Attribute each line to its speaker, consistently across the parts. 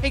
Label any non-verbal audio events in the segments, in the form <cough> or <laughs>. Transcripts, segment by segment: Speaker 1: Hey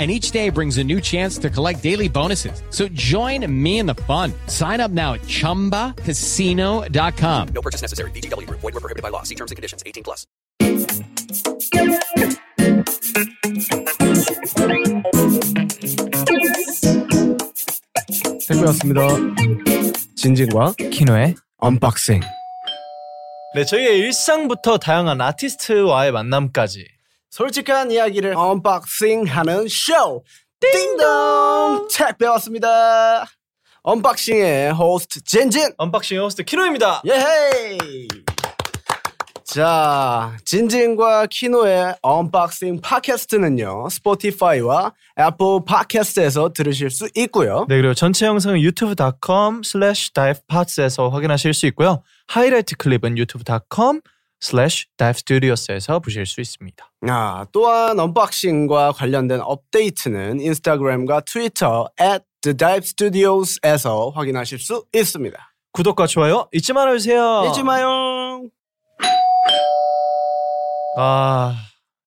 Speaker 1: and each day brings a new chance to collect daily bonuses. So join me in the fun. Sign up now at ChumbaCasino.com.
Speaker 2: No purchase necessary. VGW Group. Void were prohibited by law. See terms and conditions. 18 plus.
Speaker 3: 택배였습니다. 진진과
Speaker 4: 키노의
Speaker 3: 언박싱.
Speaker 4: 네 저희의 일상부터 다양한 아티스트와의 만남까지
Speaker 3: 솔직한 이야기를 언박싱하는 쇼. 띵동 택배였습니다. 언박싱의 호스트 진진.
Speaker 4: 언박싱의 호스트 키노입니다
Speaker 3: 예헤이. 자, 진진과 키노의 언박싱 팟캐스트는요, 스포티파이와 애플 팟캐스트에서 들으실 수 있고요.
Speaker 4: 네 그리고 전체 영상은 유튜브.com slash divepods에서 확인하실 수 있고요 하이라이트 클립은 유튜브.com slash divestudios에서 보실 수 있습니다
Speaker 3: 아, 또한 언박싱과 관련된 업데이트는 인스타그램과 트위터 at The Dive Studios에서 확인하실 수 있습니다.
Speaker 4: 구독과 좋아요 잊지 말아주세요
Speaker 3: 잊지 마요.
Speaker 4: 아,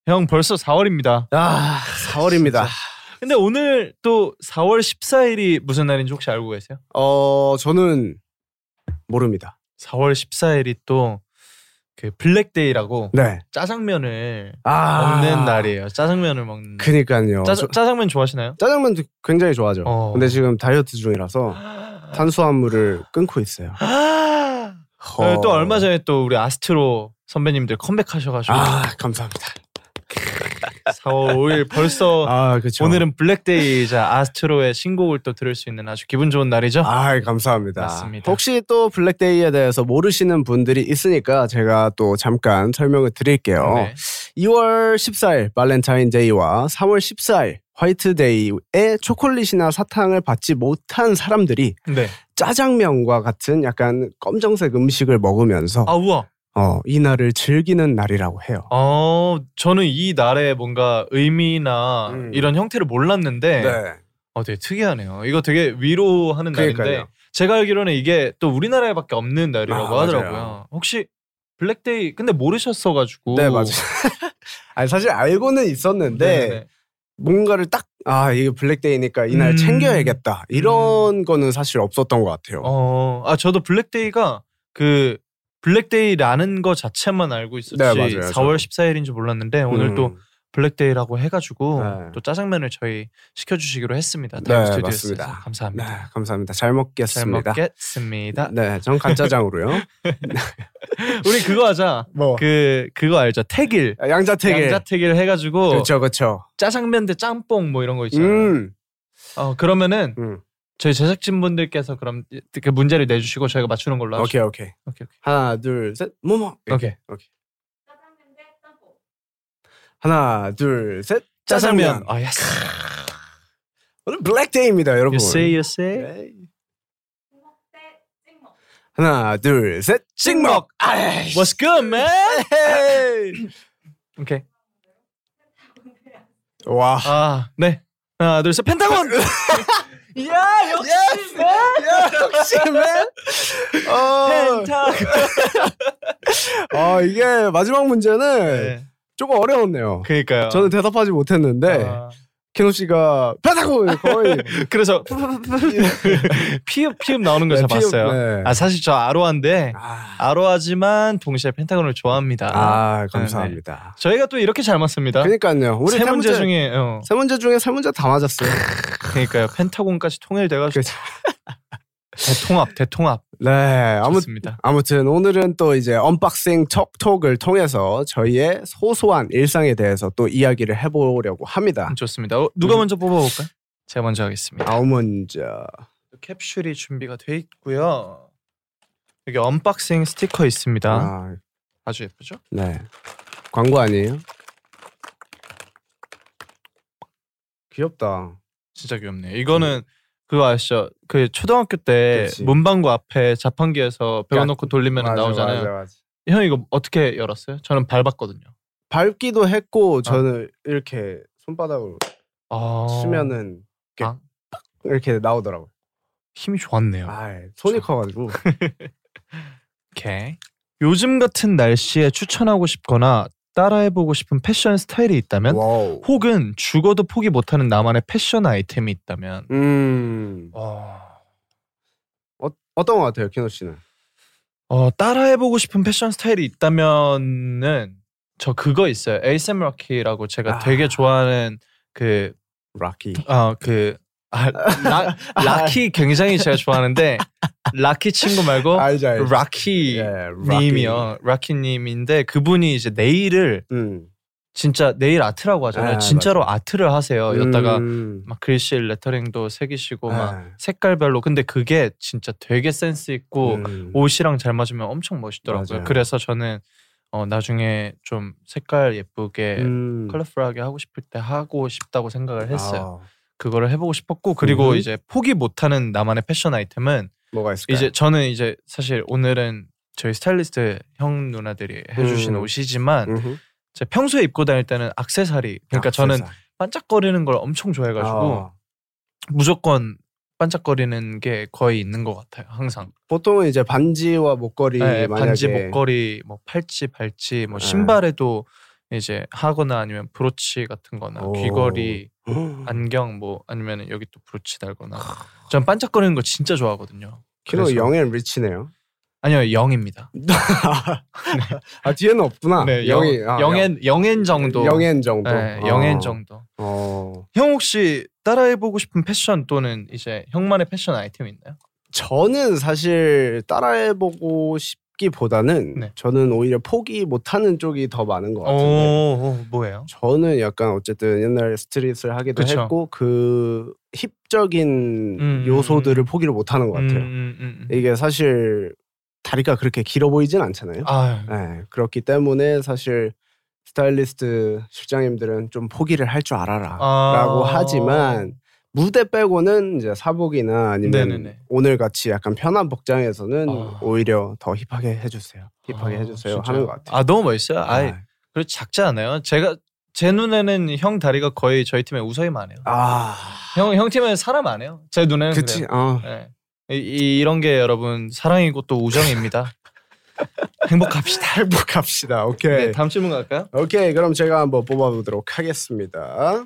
Speaker 4: 아형 벌써 4월입니다
Speaker 3: 아, 4월입니다.
Speaker 4: 근데 오늘 또 4월 14일이 무슨 날인지 혹시 알고 계세요?
Speaker 3: 어, 저는 모릅니다.
Speaker 4: 4월 14일이 또 그 블랙데이라고
Speaker 3: 네.
Speaker 4: 짜장면을
Speaker 3: 아,
Speaker 4: 먹는 날이에요. 짜장면을 먹는 날.
Speaker 3: 그니까요.
Speaker 4: 짜장, 짜장면 좋아하시나요?
Speaker 3: 짜장면도 굉장히 좋아하죠.
Speaker 4: 어.
Speaker 3: 근데 지금 다이어트 중이라서 탄수화물을 끊고 있어요.
Speaker 4: 아,
Speaker 3: 어.
Speaker 4: 또 얼마 전에 또 우리 아스트로 선배님들 컴백하셔가지고
Speaker 3: 아, 감사합니다.
Speaker 4: 4월 5일 벌써
Speaker 3: 아, 그렇죠.
Speaker 4: 오늘은 블랙데이이자 아스트로의 신곡을 또 들을 수 있는 아주 기분 좋은 날이죠.
Speaker 3: 아, 감사합니다.
Speaker 4: 맞습니다.
Speaker 3: 혹시 또 블랙데이에 대해서 모르시는 분들이 있으니까 제가 또 잠깐 설명을 드릴게요.
Speaker 4: 네.
Speaker 3: 2월 14일 발렌타인데이와 3월 14일 화이트데이에 초콜릿이나 사탕을 받지 못한 사람들이
Speaker 4: 네.
Speaker 3: 짜장면과 같은 약간 검정색 음식을 먹으면서
Speaker 4: 아 우와.
Speaker 3: 어, 이 날을 즐기는 날이라고 해요.
Speaker 4: 어 저는 이 날에 뭔가 의미나
Speaker 3: 음. 네.
Speaker 4: 이런 형태를 몰랐는데 어 되게 특이하네요. 이거 되게 위로하는
Speaker 3: 그러니까요.
Speaker 4: 날인데 제가 알기로는 이게 또 우리나라에밖에 없는 날이라고
Speaker 3: 아, 맞아요.
Speaker 4: 하더라고요. 혹시 블랙데이 근데 모르셨어가지고
Speaker 3: 네, 맞아요. <laughs>
Speaker 4: <laughs>
Speaker 3: 아니, 사실 알고는 있었는데
Speaker 4: 네네네.
Speaker 3: 뭔가를 딱, 아, 이게 블랙데이니까 이날
Speaker 4: 음.
Speaker 3: 챙겨야겠다. 이런 거는 사실 없었던 것 같아요.
Speaker 4: 어, 아 저도 블랙데이가 그 블랙데이라는 거 자체만 알고 있었지
Speaker 3: 네, 맞아요.
Speaker 4: 4월 14일인 줄 몰랐는데 오늘
Speaker 3: 음.
Speaker 4: 또 블랙데이라고 해가지고
Speaker 3: 네.
Speaker 4: 또 짜장면을 저희 시켜주시기로 했습니다.
Speaker 3: 네,
Speaker 4: 다음 스튜디오에서
Speaker 3: 맞습니다. 네,
Speaker 4: 감사합니다.
Speaker 3: 감사합니다. 잘
Speaker 4: 잘
Speaker 3: 먹겠습니다.
Speaker 4: 먹겠습니다.
Speaker 3: <laughs> 네, 전
Speaker 4: <laughs>
Speaker 3: 간짜장으로요.
Speaker 4: 우리 그거 하자.
Speaker 3: 뭐
Speaker 4: 그 그거 알죠? 태길.
Speaker 3: 아, 양자택일.
Speaker 4: 양자택일 해가지고
Speaker 3: 그렇죠, 그렇죠.
Speaker 4: 짜장면 대 짬뽕 뭐 이런 거 있잖아요.
Speaker 3: 음,
Speaker 4: 어 그러면은
Speaker 3: 음.
Speaker 4: 저희 제작진 분들께서 그럼 그 문제를 내주시고 저희가 맞추는 걸로 하죠.
Speaker 3: 오케이, 네. 오케이.
Speaker 4: 오케이 오케이.
Speaker 3: 하나, 둘, 셋, 뭐뭐.
Speaker 4: 오케이.
Speaker 3: 하나, 둘, 셋.
Speaker 4: 짜장면.
Speaker 3: 짜장면.
Speaker 4: 아 예스.
Speaker 3: 오늘 블랙데이입니다, 여러분.
Speaker 4: You say you say.
Speaker 3: 네. 하나, 둘, 셋. 찍먹. 아이씨.
Speaker 4: What's good, man? 오케이.
Speaker 3: 와.
Speaker 4: 아, 네. 하나, 둘, 셋. 펜타곤. <laughs>
Speaker 3: 네.
Speaker 4: 야,
Speaker 3: Yes, man. 역시 man.
Speaker 4: <laughs>
Speaker 3: 어,
Speaker 4: 펜타곤.
Speaker 3: 어, 이게 마지막 문제는 조금 어려웠네요.
Speaker 4: 네. 그러니까요.
Speaker 3: 네. 저는 네. 대답하지 못했는데
Speaker 4: 아,
Speaker 3: 키노 씨가 펜타곤 거의
Speaker 4: <laughs> 그래서 피읍 피읍 나오는 거
Speaker 3: 네,
Speaker 4: 제가
Speaker 3: 피읍,
Speaker 4: 봤어요.
Speaker 3: 네.
Speaker 4: 아, 사실 저 아로아인데
Speaker 3: 아,
Speaker 4: 아로아지만 동시에 펜타곤을 좋아합니다.
Speaker 3: 아, 감사합니다.
Speaker 4: 저희가 또 이렇게 잘 맞습니다.
Speaker 3: 그러니까요. 우리
Speaker 4: 네, 세 문제 중에 어.
Speaker 3: 세 문제 중에 세 문제 다
Speaker 4: <laughs>
Speaker 3: 맞았어요. <laughs>
Speaker 4: 그러니까요. 펜타곤까지 통일돼가지고
Speaker 3: 그래서-
Speaker 4: <laughs> 대통합, 대통합.
Speaker 3: 네, 아무
Speaker 4: 좋습니다.
Speaker 3: 아무튼 오늘은 또 이제 언박싱 톡톡을 통해서 저희의 소소한 일상에 대해서 또 이야기를 해보려고 합니다.
Speaker 4: 좋습니다. 어, 누가
Speaker 3: 음.
Speaker 4: 먼저 뽑아볼까요? 제가 먼저 하겠습니다.
Speaker 3: 아우 먼저
Speaker 4: 캡슐이 준비가 돼 있고요. 여기 언박싱 스티커 있습니다.
Speaker 3: 아,
Speaker 4: 아. 주 예쁘죠?
Speaker 3: 네. 광고 아니에요? 귀엽다.
Speaker 4: 진짜 귀엽네요. 이거는 그거 아시죠? 그 초등학교 때
Speaker 3: 음. 그치.
Speaker 4: 문방구 앞에 자판기에서 배워놓고 돌리면
Speaker 3: 맞아,
Speaker 4: 나오잖아요.
Speaker 3: 맞아, 맞아.
Speaker 4: 형 이거 어떻게 열었어요? 저는 밟았거든요.
Speaker 3: 밟기도 했고 저는 이렇게 손바닥으로
Speaker 4: 아,
Speaker 3: 치면은 이렇게,
Speaker 4: 아.
Speaker 3: 팍 이렇게 나오더라고요.
Speaker 4: 힘이 좋았네요.
Speaker 3: 아, 손이 커가지고
Speaker 4: 오케이. 요즘 같은 날씨에 추천하고 싶거나 따라해보고 싶은 패션 스타일이 있다면
Speaker 3: 와우.
Speaker 4: 혹은 죽어도 포기 못하는 나만의 패션 아이템이 있다면
Speaker 3: 음
Speaker 4: 어,
Speaker 3: 어떤 것 같아요, 키노 씨는?
Speaker 4: 어, 따라해보고 싶은 패션 스타일이 있다면은 저 그거 있어요. 에이셈 락키라고 제가
Speaker 3: 아.
Speaker 4: 되게 좋아하는 그
Speaker 3: 락키.
Speaker 4: 아 그
Speaker 3: <laughs>
Speaker 4: 아, 라, 락키 굉장히 제가 좋아하는데 락키 친구 말고
Speaker 3: 알죠, 알죠.
Speaker 4: 어? 락키
Speaker 3: 예, 아, 락키.
Speaker 4: 님이요 락키 님인데 그분이 이제 네일을
Speaker 3: 음.
Speaker 4: 진짜 네일 아트라고 하잖아요
Speaker 3: 아,
Speaker 4: 진짜로 아트를 하세요 여기다가
Speaker 3: 음.
Speaker 4: 막 글씨 레터링도 새기시고 막
Speaker 3: 아.
Speaker 4: 색깔별로 근데 그게 진짜 되게 센스 있고
Speaker 3: 음.
Speaker 4: 옷이랑 잘 맞으면 엄청 멋있더라고요
Speaker 3: 맞아요.
Speaker 4: 그래서 저는 어, 나중에 좀 색깔 예쁘게
Speaker 3: 음.
Speaker 4: 컬러풀하게 하고 싶을 때 하고 싶다고 생각을 했어요
Speaker 3: 아,
Speaker 4: 그거를 해보고 싶었고 그리고
Speaker 3: 음흠. 네.
Speaker 4: 이제 포기 못하는 나만의 패션 아이템은
Speaker 3: 뭐가 있을까요?
Speaker 4: 이제 저는 이제 사실 오늘은 저희 스타일리스트 형 누나들이 해주신
Speaker 3: 음.
Speaker 4: 옷이지만
Speaker 3: 음흠.
Speaker 4: 제 평소에 입고 다닐 때는 악세사리 그러니까
Speaker 3: 아,
Speaker 4: 저는
Speaker 3: 세상.
Speaker 4: 반짝거리는 걸 엄청 좋아해가지고
Speaker 3: 아.
Speaker 4: 무조건 반짝거리는 게 거의 있는 것 같아요 항상
Speaker 3: 보통은 이제 반지와 목걸이
Speaker 4: 네,
Speaker 3: 만약에
Speaker 4: 반지 목걸이 뭐 팔찌 발찌 뭐
Speaker 3: 네.
Speaker 4: 신발에도 이제 하거나 아니면 브로치 같은거나
Speaker 3: 오.
Speaker 4: 귀걸이
Speaker 3: 음,
Speaker 4: 안경 뭐 아니면 여기 또 브로치 달거나 전 반짝거리는 거 진짜 좋아하거든요
Speaker 3: 키노
Speaker 4: 그래서-
Speaker 3: 영앤 리치네요.
Speaker 4: 아니요 영입니다
Speaker 3: 아 뒤에는 없구나.
Speaker 4: 네
Speaker 3: 영이
Speaker 4: 영,
Speaker 3: 아,
Speaker 4: 영엔 영엔 정도
Speaker 3: 영엔 정도.
Speaker 4: 네,
Speaker 3: 아.
Speaker 4: 영엔 정도
Speaker 3: 어.
Speaker 4: 형 혹시 따라해보고 싶은 패션 또는 이제 형만의 패션 아이템 있나요?
Speaker 3: 저는 사실 따라해보고 싶기보다는
Speaker 4: 네.
Speaker 3: 저는 오히려 포기 못하는 쪽이 더 많은
Speaker 4: 그
Speaker 3: 것 같은데.
Speaker 4: 오 뭐예요?
Speaker 3: 저는 약간 어쨌든 옛날 스트릿을 하기도
Speaker 4: 그쵸.
Speaker 3: 했고 그 힙적인
Speaker 4: 음,
Speaker 3: 요소들을 포기를 못하는 것 같아요.
Speaker 4: 음, 음, 음.
Speaker 3: 이게 사실 다리가 그렇게 길어 보이진 않잖아요.
Speaker 4: 아
Speaker 3: 네, 그렇기 때문에 사실 스타일리스트 실장님들은 좀 포기를 할 줄
Speaker 4: 아.
Speaker 3: 알아라라고 하지만 무대 빼고는 이제 사복이나 아니면
Speaker 4: 네네네.
Speaker 3: 오늘 같이 약간 편한 복장에서는
Speaker 4: 아.
Speaker 3: 오히려 더 힙하게 해주세요. 힙하게
Speaker 4: 아,
Speaker 3: 해주세요
Speaker 4: 진짜요?
Speaker 3: 하는 것 같아요.
Speaker 4: 아 너무 멋있어요. 아이
Speaker 3: 아,
Speaker 4: 그리고 작지 않아요? 제가 제 눈에는 형 다리가 거의 저희 팀에 우서이만 해요.
Speaker 3: 아,
Speaker 4: 형 형 팀에 사람 안 해요. 제 눈에는
Speaker 3: 그치.
Speaker 4: 그래요.
Speaker 3: 어.
Speaker 4: 예. 이, 이, 이런 게 여러분 사랑이고 또 우정입니다. <laughs> 행복합시다.
Speaker 3: 행복합시다. 오케이.
Speaker 4: 네, 다음 질문 갈까요?
Speaker 3: 오케이. 그럼 제가 한번 뽑아보도록 하겠습니다.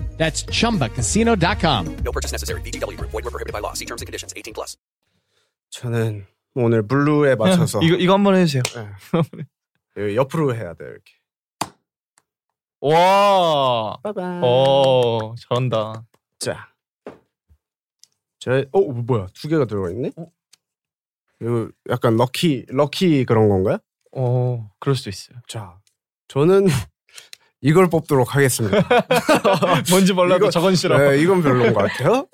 Speaker 1: That's chumbacasino.com.
Speaker 2: No purchase necessary. VGW Group. Void were prohibited by law. See terms and conditions. 18 plus.
Speaker 3: 저는 오늘 블루에 맞춰서
Speaker 4: <laughs>
Speaker 3: 네.
Speaker 4: 이거 이거 한번 해주세요. <laughs>
Speaker 3: 여기 옆으로 해야 돼요. 이렇게.
Speaker 4: 와,
Speaker 3: 빠밤.
Speaker 4: 오, 잘한다.
Speaker 3: 자. 제, 어, 뭐야? 두 개가 들어가 있네? 이거 약간 럭키, 럭키 그런 건가요?
Speaker 4: 오, 그럴 수도 있어요.
Speaker 3: 자. 저는 <laughs> 이걸 뽑도록
Speaker 4: <laughs>
Speaker 3: 하겠습니다.
Speaker 4: <laughs> 뭔지 몰라도
Speaker 3: 이거-
Speaker 4: 저건 싫어.
Speaker 3: 네, 이건 별로인 것
Speaker 4: <laughs>
Speaker 3: 같아요.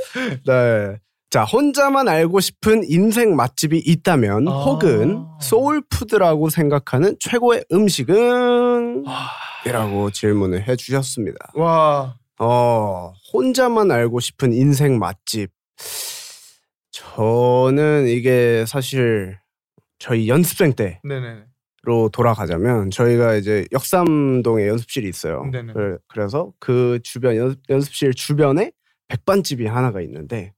Speaker 3: 네. 자, 혼자만 알고 싶은 인생 맛집이 있다면
Speaker 4: 아.
Speaker 3: 혹은 소울푸드라고 생각하는 최고의 음식은?
Speaker 4: 아.
Speaker 3: 이라고 질문을 해주셨습니다.
Speaker 4: 와,
Speaker 3: 어, 혼자만 알고 싶은 인생 맛집. 저는 이게 사실 저희 연습생
Speaker 4: 네네.
Speaker 3: 때로 돌아가자면 저희가 이제 역삼동에 연습실이 있어요.
Speaker 4: 네네.
Speaker 3: 그- 그래서 그 주변 연, 연습실 주변에 백반집이 하나가 있는데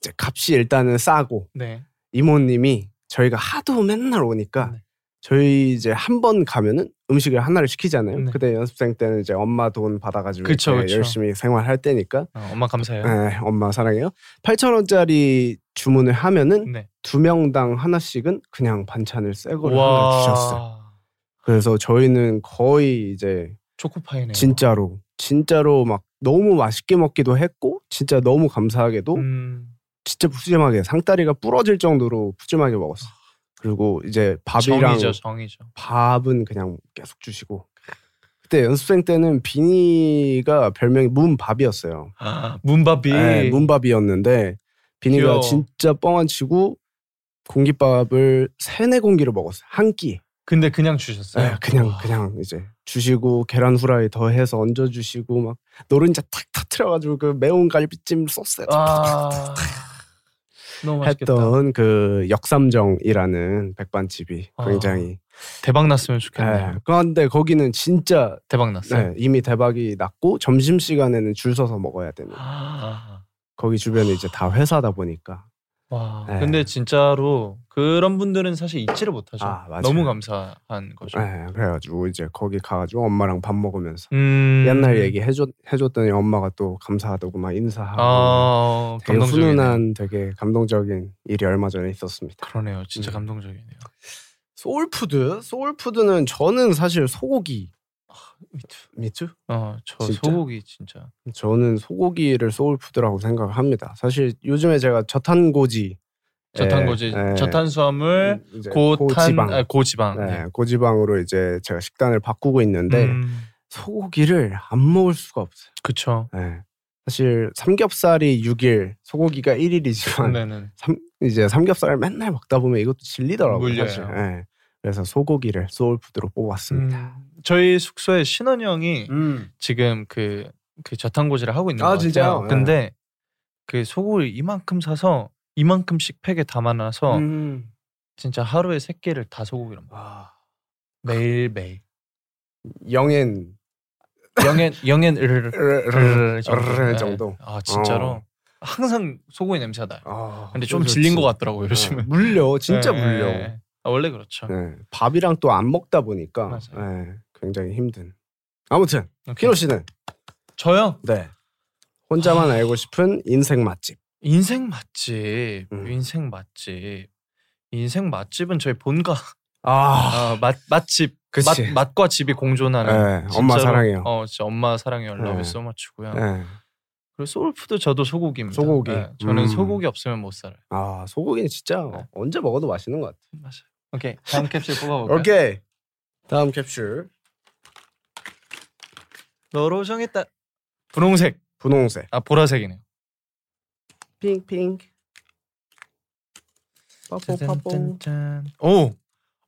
Speaker 3: 이제 값이 일단은 싸고
Speaker 4: 네.
Speaker 3: 이모님이 저희가 하도 맨날 오니까
Speaker 4: 네.
Speaker 3: 저희 이제 한 번 가면은 음식을 하나를 시키잖아요.
Speaker 4: 네.
Speaker 3: 그때 연습생 때는 이제 엄마 돈 받아가지고
Speaker 4: 그쵸,
Speaker 3: 이렇게
Speaker 4: 그쵸.
Speaker 3: 열심히 생활할 때니까
Speaker 4: 어, 엄마 감사해요.
Speaker 3: 네, 엄마 사랑해요. 8천 원짜리 주문을 하면은
Speaker 4: 네.
Speaker 3: 두 명당 하나씩은 그냥 반찬을 새 거를 하나 주셨어요. 그래서 저희는 거의 이제
Speaker 4: 초코파이네요.
Speaker 3: 진짜로 진짜로 막 너무 맛있게 먹기도 했고 진짜 너무 감사하게도
Speaker 4: 음,
Speaker 3: 진짜 푸짐하게 상다리가 부러질 정도로 푸짐하게 먹었어. 요 그리고 이제 밥이랑
Speaker 4: 정이죠, 정이죠.
Speaker 3: 밥은 그냥 계속 주시고. 그때 연습생 때는 비니가 별명이 문밥이었어요.
Speaker 4: 아, 문밥이
Speaker 3: 네, 문밥이었는데 비니가
Speaker 4: 귀여워.
Speaker 3: 진짜 뻥안 치고 공깃밥을 세네 공기를 먹었어요. 한 끼.
Speaker 4: 근데 그냥 주셨어요.
Speaker 3: 네, 그냥
Speaker 4: 와.
Speaker 3: 그냥 이제 주시고 계란 후라이 더해서 얹어 주시고 막 노른자 탁 터트려가지고 그 매운 갈비찜 소스에 <laughs>
Speaker 4: 아, 너무 맛있겠다.
Speaker 3: 했던 그 역삼정이라는 백반집이
Speaker 4: 아.
Speaker 3: 굉장히
Speaker 4: 대박 났으면
Speaker 3: 예,
Speaker 4: 좋겠네요. 네.
Speaker 3: 그런데 거기는 진짜
Speaker 4: 대박 났어요.
Speaker 3: 예, 이미 대박이 났고 점심 시간에는 줄 서서 먹어야 되는
Speaker 4: 아,
Speaker 3: 거기 주변에 이제 다 회사다 보니까
Speaker 4: 와.
Speaker 3: 네.
Speaker 4: 근데 진짜로 그런 분들은 사실 잊지를 못하죠.
Speaker 3: 아, 맞아요.
Speaker 4: 너무 감사한 거죠.
Speaker 3: 예, 그래가지고 이제 거기 가가지고 엄마랑 밥 먹으면서
Speaker 4: 음.
Speaker 3: 옛날 얘기 해줬 해줬더니 엄마가 또 감사하다고 막 인사하고
Speaker 4: 아,
Speaker 3: 되게
Speaker 4: 감동적이네요.
Speaker 3: 훈훈한 되게 감동적인 일이 얼마 전에 있었습니다.
Speaker 4: 그러네요. 진짜
Speaker 3: 음.
Speaker 4: 감동적이네요.
Speaker 3: 소울푸드 소울푸드는 저는 사실 소고기
Speaker 4: 아, 미투.
Speaker 3: 미투
Speaker 4: 어, 저
Speaker 3: 진짜?
Speaker 4: 소고기 진짜.
Speaker 3: 저는 소고기를 소울푸드라고 생각을 합니다. 사실 요즘에 제가 저탄고지
Speaker 4: 저탄고지,
Speaker 3: 예, 예.
Speaker 4: 저탄수화물,
Speaker 3: 음, 이제
Speaker 4: 네? 고탄,
Speaker 3: 고지방
Speaker 4: 아, 고지방.
Speaker 3: 네, 고지방으로 이제 제가 식단을 바꾸고 있는데
Speaker 4: 음,
Speaker 3: 소고기를 안 먹을 수가 없어요.
Speaker 4: 그쵸.
Speaker 3: 네. 사실 삼겹살이 6일, 소고기가 1일이지만
Speaker 4: 그러면은
Speaker 3: 이제 삼겹살을 맨날 먹다 보면 이것도 질리더라고요.
Speaker 4: 물려요.
Speaker 3: 사실. 네. 그래서 소고기를 소울푸드로 뽑았습니다.
Speaker 4: 음, 저희 숙소에 신원 형이
Speaker 3: 음.
Speaker 4: 지금 그, 그 저탄고지를 하고 있는
Speaker 3: 아,
Speaker 4: 거 같아요.
Speaker 3: 진짜요? 예.
Speaker 4: 근데 그 소고기 이만큼 사서 이만큼씩 팩에 담아놔서
Speaker 3: 음.
Speaker 4: 진짜 하루에 세 끼를 다 소고기로 먹어.
Speaker 3: 아,
Speaker 4: 매일 매일.
Speaker 3: 영엔
Speaker 4: 영엔 영엔 으르르 으르르
Speaker 3: 으르르
Speaker 4: 네.
Speaker 3: 정도. 어.
Speaker 4: 아 진짜로 항상 소고기 냄새가 나요.
Speaker 3: 아,
Speaker 4: 근데 좀
Speaker 3: 그래서
Speaker 4: 질린 것
Speaker 3: 진-
Speaker 4: 같더라고요 요즘은.
Speaker 3: 어, 물려, 진짜
Speaker 4: 네,
Speaker 3: 물려.
Speaker 4: 네. 아, 원래 그렇죠.
Speaker 3: 네. 밥이랑 또 안 먹다 보니까
Speaker 4: 맞아요.
Speaker 3: 네, 굉장히 힘든. 아무튼
Speaker 4: 오케이.
Speaker 3: 키노 씨는
Speaker 4: 저요
Speaker 3: 네. 혼자만 알고 싶은 인생 맛집.
Speaker 4: 인생 맛집,
Speaker 3: 음.
Speaker 4: 인생 맛집, 인생 맛집은 저희 본가
Speaker 3: 아,
Speaker 4: 아, 맛 맛집
Speaker 3: 그치.
Speaker 4: 맛 맛과 집이 공존하는.
Speaker 3: 네, 엄마
Speaker 4: 진짜로,
Speaker 3: 사랑해요.
Speaker 4: 어, 진짜 엄마 사랑해요. 러브
Speaker 3: 네.
Speaker 4: so much고요.
Speaker 3: 네.
Speaker 4: 그리고 소울푸드 저도 소고기입니다.
Speaker 3: 소고기.
Speaker 4: 네, 저는
Speaker 3: 음.
Speaker 4: 소고기 없으면 못 살아요.
Speaker 3: 아 소고기는 진짜
Speaker 4: 네.
Speaker 3: 언제 먹어도 맛있는 것 같아.
Speaker 4: 맞아요. 오케이 다음 캡슐 뽑아볼까요?
Speaker 3: 오케이. 다음 캡슐
Speaker 4: 너로 정했다. 분홍색.
Speaker 3: 분홍색.
Speaker 4: 아 보라색이네요.
Speaker 3: 핑핑. 빠뽀 빠뽀.
Speaker 4: 짠짠짠. 오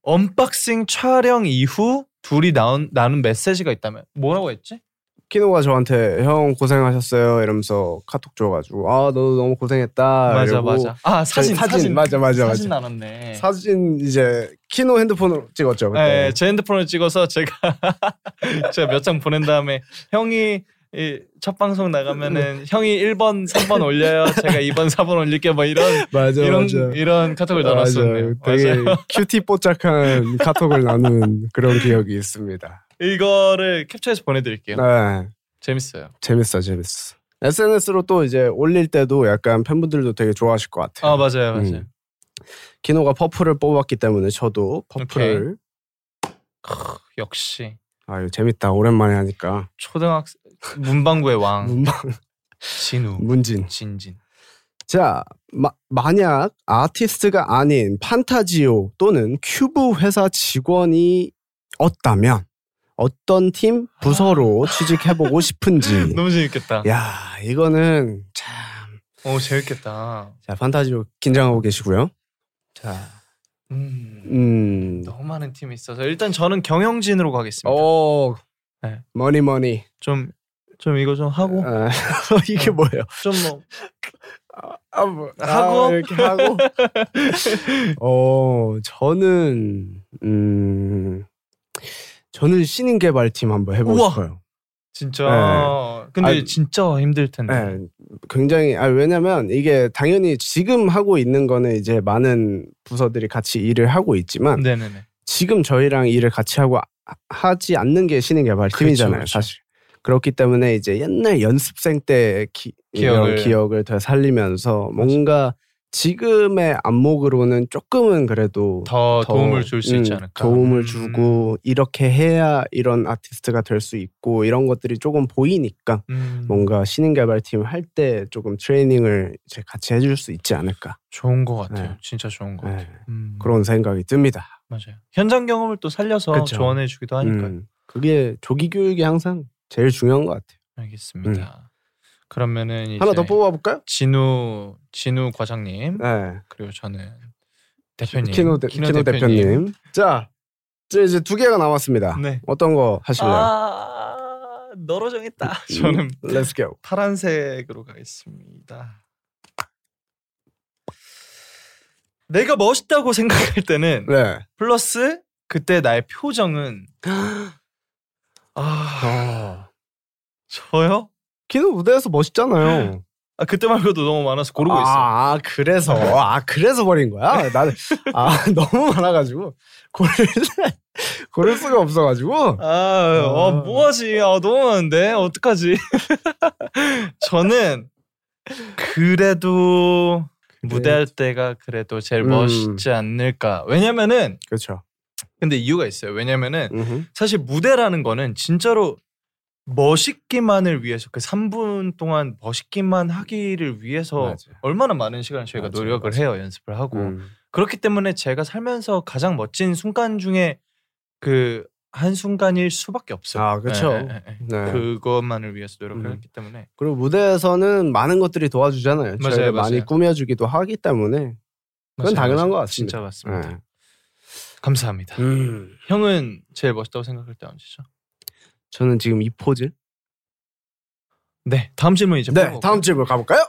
Speaker 4: 언박싱 촬영 이후 둘이 나온 나눈 메시지가 있다면 뭐라고 했지?
Speaker 3: 키노가 저한테 형 고생하셨어요 이러면서 카톡 줘가지고 아 너도 너무 고생했다.
Speaker 4: 맞아
Speaker 3: 이러고
Speaker 4: 맞아. 아 사진
Speaker 3: 사진, 맞아, 맞아,
Speaker 4: 사진
Speaker 3: 맞아.
Speaker 4: 나눴네.
Speaker 3: 사진 이제 키노 핸드폰으로 찍었죠 그때.
Speaker 4: 네, 제 핸드폰을 찍어서 제가 <laughs> 제가 몇 장 보낸 다음에 형이 이, 첫 방송
Speaker 3: 네.
Speaker 4: 나가면은 형이 1번, 3번 올려요. 제가 2번, 4번 올릴게 뭐 이런
Speaker 3: 맞아
Speaker 4: 이런
Speaker 3: 맞아.
Speaker 4: 이런 카톡을
Speaker 3: 맞아요.
Speaker 4: 나눴었네요.
Speaker 3: 되게
Speaker 4: 맞아요. <laughs>
Speaker 3: 큐티 뽀짝한 카톡을 나눈 그런 기억이 있습니다.
Speaker 4: 이거를 캡처해서 보내드릴게요.
Speaker 3: 네,
Speaker 4: 재밌어요.
Speaker 3: 재밌어, 재밌어. SNS로 또 이제 올릴 때도 약간 팬분들도 되게 좋아하실 것 같아요.
Speaker 4: 아 맞아요, 맞아요.
Speaker 3: 음. 키노가 퍼플을 뽑았기 때문에 저도 퍼플을.
Speaker 4: 크, 역시
Speaker 3: 아유 재밌다. 오랜만에 하니까
Speaker 4: 초등학생 문방구의 왕
Speaker 3: 문방
Speaker 4: 진우
Speaker 3: 문진.
Speaker 4: 진진.
Speaker 3: 자, 마- 만약 아티스트가 아닌 판타지오 또는 큐브 회사 직원이 었다면 어떤 팀 부서로 취직해보고 싶은지.
Speaker 4: 아. <laughs> 너무 재밌겠다.
Speaker 3: 야, 이거는 참.
Speaker 4: 오 재밌겠다.
Speaker 3: 자, 판타지오 긴장하고 계시고요. 자,
Speaker 4: 음,
Speaker 3: 음.
Speaker 4: 너무 많은 팀이 있어서 일단 저는 경영진으로 가겠습니다.
Speaker 3: 오.
Speaker 4: 네.
Speaker 3: 머니 머니.
Speaker 4: 좀, 좀 이거 좀 하고
Speaker 3: 아, <laughs> 이게
Speaker 4: 어.
Speaker 3: 뭐예요?
Speaker 4: 좀 뭐
Speaker 3: 아, 뭐,
Speaker 4: 하고?
Speaker 3: 아, 이렇게 하고. <laughs> 어, 저는 음. 저는 신인 개발팀 한번 해보고
Speaker 4: 우와.
Speaker 3: 싶어요.
Speaker 4: 진짜
Speaker 3: 네.
Speaker 4: 근데
Speaker 3: 아니,
Speaker 4: 진짜 힘들 텐데
Speaker 3: 네, 굉장히 아 왜냐면 이게 당연히 지금 하고 있는 거는 이제 많은 부서들이 같이 일을 하고 있지만
Speaker 4: 네네네
Speaker 3: 지금 저희랑 일을 같이 하고 아- 하지 않는 게 신인 개발팀이잖아요,
Speaker 4: 그렇죠, 그렇죠.
Speaker 3: 사실. 그렇기 때문에 이제 옛날 연습생 때 기,
Speaker 4: 기억을.
Speaker 3: 기억을 기억을 더 살리면서 뭔가 지금의 안목으로는 조금은 그래도
Speaker 4: 더,
Speaker 3: 더,
Speaker 4: 도움을 줄 수 있지
Speaker 3: 음,
Speaker 4: 않을까.
Speaker 3: 도움을
Speaker 4: 음.
Speaker 3: 주고 이렇게 해야 이런 아티스트가 될 수 있고 이런 것들이 조금 보이니까
Speaker 4: 음,
Speaker 3: 뭔가 신인 개발팀 할 때 조금 트레이닝을 이제 같이 해줄 수 있지 않을까
Speaker 4: 좋은 것 같아요.
Speaker 3: 네.
Speaker 4: 진짜 좋은 것
Speaker 3: 네.
Speaker 4: 같아요. 음,
Speaker 3: 그런 생각이 듭니다.
Speaker 4: 맞아요. 현장 경험을 또 살려서
Speaker 3: 그쵸.
Speaker 4: 조언해주기도 하니까요.
Speaker 3: 음, 그게 조기 교육이 항상 제일 중요한 것 같아요.
Speaker 4: 알겠습니다. 그러면은 이제
Speaker 3: 음. 하나 더 뽑아볼까요?
Speaker 4: 진우 진우 과장님
Speaker 3: 네.
Speaker 4: 그리고 저는 대표님
Speaker 3: 키노, 대, 키노 대표님. 자, 이제, 이제 두 개가 남았습니다.
Speaker 4: 네.
Speaker 3: 어떤 거 하실래요? 음,
Speaker 4: 아 너로 정했다. <laughs> 저는
Speaker 3: Let's go.
Speaker 4: 파란색으로 가겠습니다. 내가 멋있다고 생각할 때는
Speaker 3: 네.
Speaker 4: 플러스 그때 나의 표정은 아
Speaker 3: 아,
Speaker 4: 저요?
Speaker 3: 키노 무대에서 멋있잖아요.
Speaker 4: 아 그때 말고도 너무 많아서 고르고
Speaker 3: 아,
Speaker 4: 있어요.
Speaker 3: 아, 그래서 아 그래서 버린 거야. 나는 아 <laughs> 너무 많아가지고 고를 고를 수가 없어가지고.
Speaker 4: 아, 아, 뭐하지? 아, 너무 많은데 어떡하지? <laughs> 저는 그래도 무대할 때가 그래도 제일
Speaker 3: 음.
Speaker 4: 멋있지 않을까? 왜냐면은
Speaker 3: 그렇죠.
Speaker 4: 근데 이유가 있어요. 왜냐면은
Speaker 3: 음흠.
Speaker 4: 사실 무대라는 거는 진짜로 멋있기만을 위해서 그 3분 동안 멋있기만 하기를 위해서
Speaker 3: 맞아요.
Speaker 4: 얼마나 많은 시간을 저희가
Speaker 3: 맞아요,
Speaker 4: 노력을 해요 연습을 하고
Speaker 3: 음.
Speaker 4: 그렇기 때문에 제가 살면서 가장 멋진 순간 중에 그 한 순간일 수밖에 없어요.
Speaker 3: 아, 그쵸.
Speaker 4: 예, 예, 예.
Speaker 3: 네.
Speaker 4: 그것만을 위해서 노력을
Speaker 3: 음.
Speaker 4: 했기 때문에
Speaker 3: 그리고 무대에서는 많은 것들이 도와주잖아요.
Speaker 4: 맞아요,
Speaker 3: 저희를 많이
Speaker 4: 맞아요.
Speaker 3: 꾸며주기도 하기 때문에 그건 당연한 것 같습니다.
Speaker 4: 진짜 맞습니다.
Speaker 3: 네.
Speaker 4: 감사합니다.
Speaker 3: 음.
Speaker 4: 형은 제일 멋있다고 생각할 때 언제죠?
Speaker 3: 저는 지금 이 포즈.
Speaker 4: 네, 다음 질문 이제
Speaker 3: 네,
Speaker 4: 풀어볼까요?
Speaker 3: 다음 질문 가볼까요?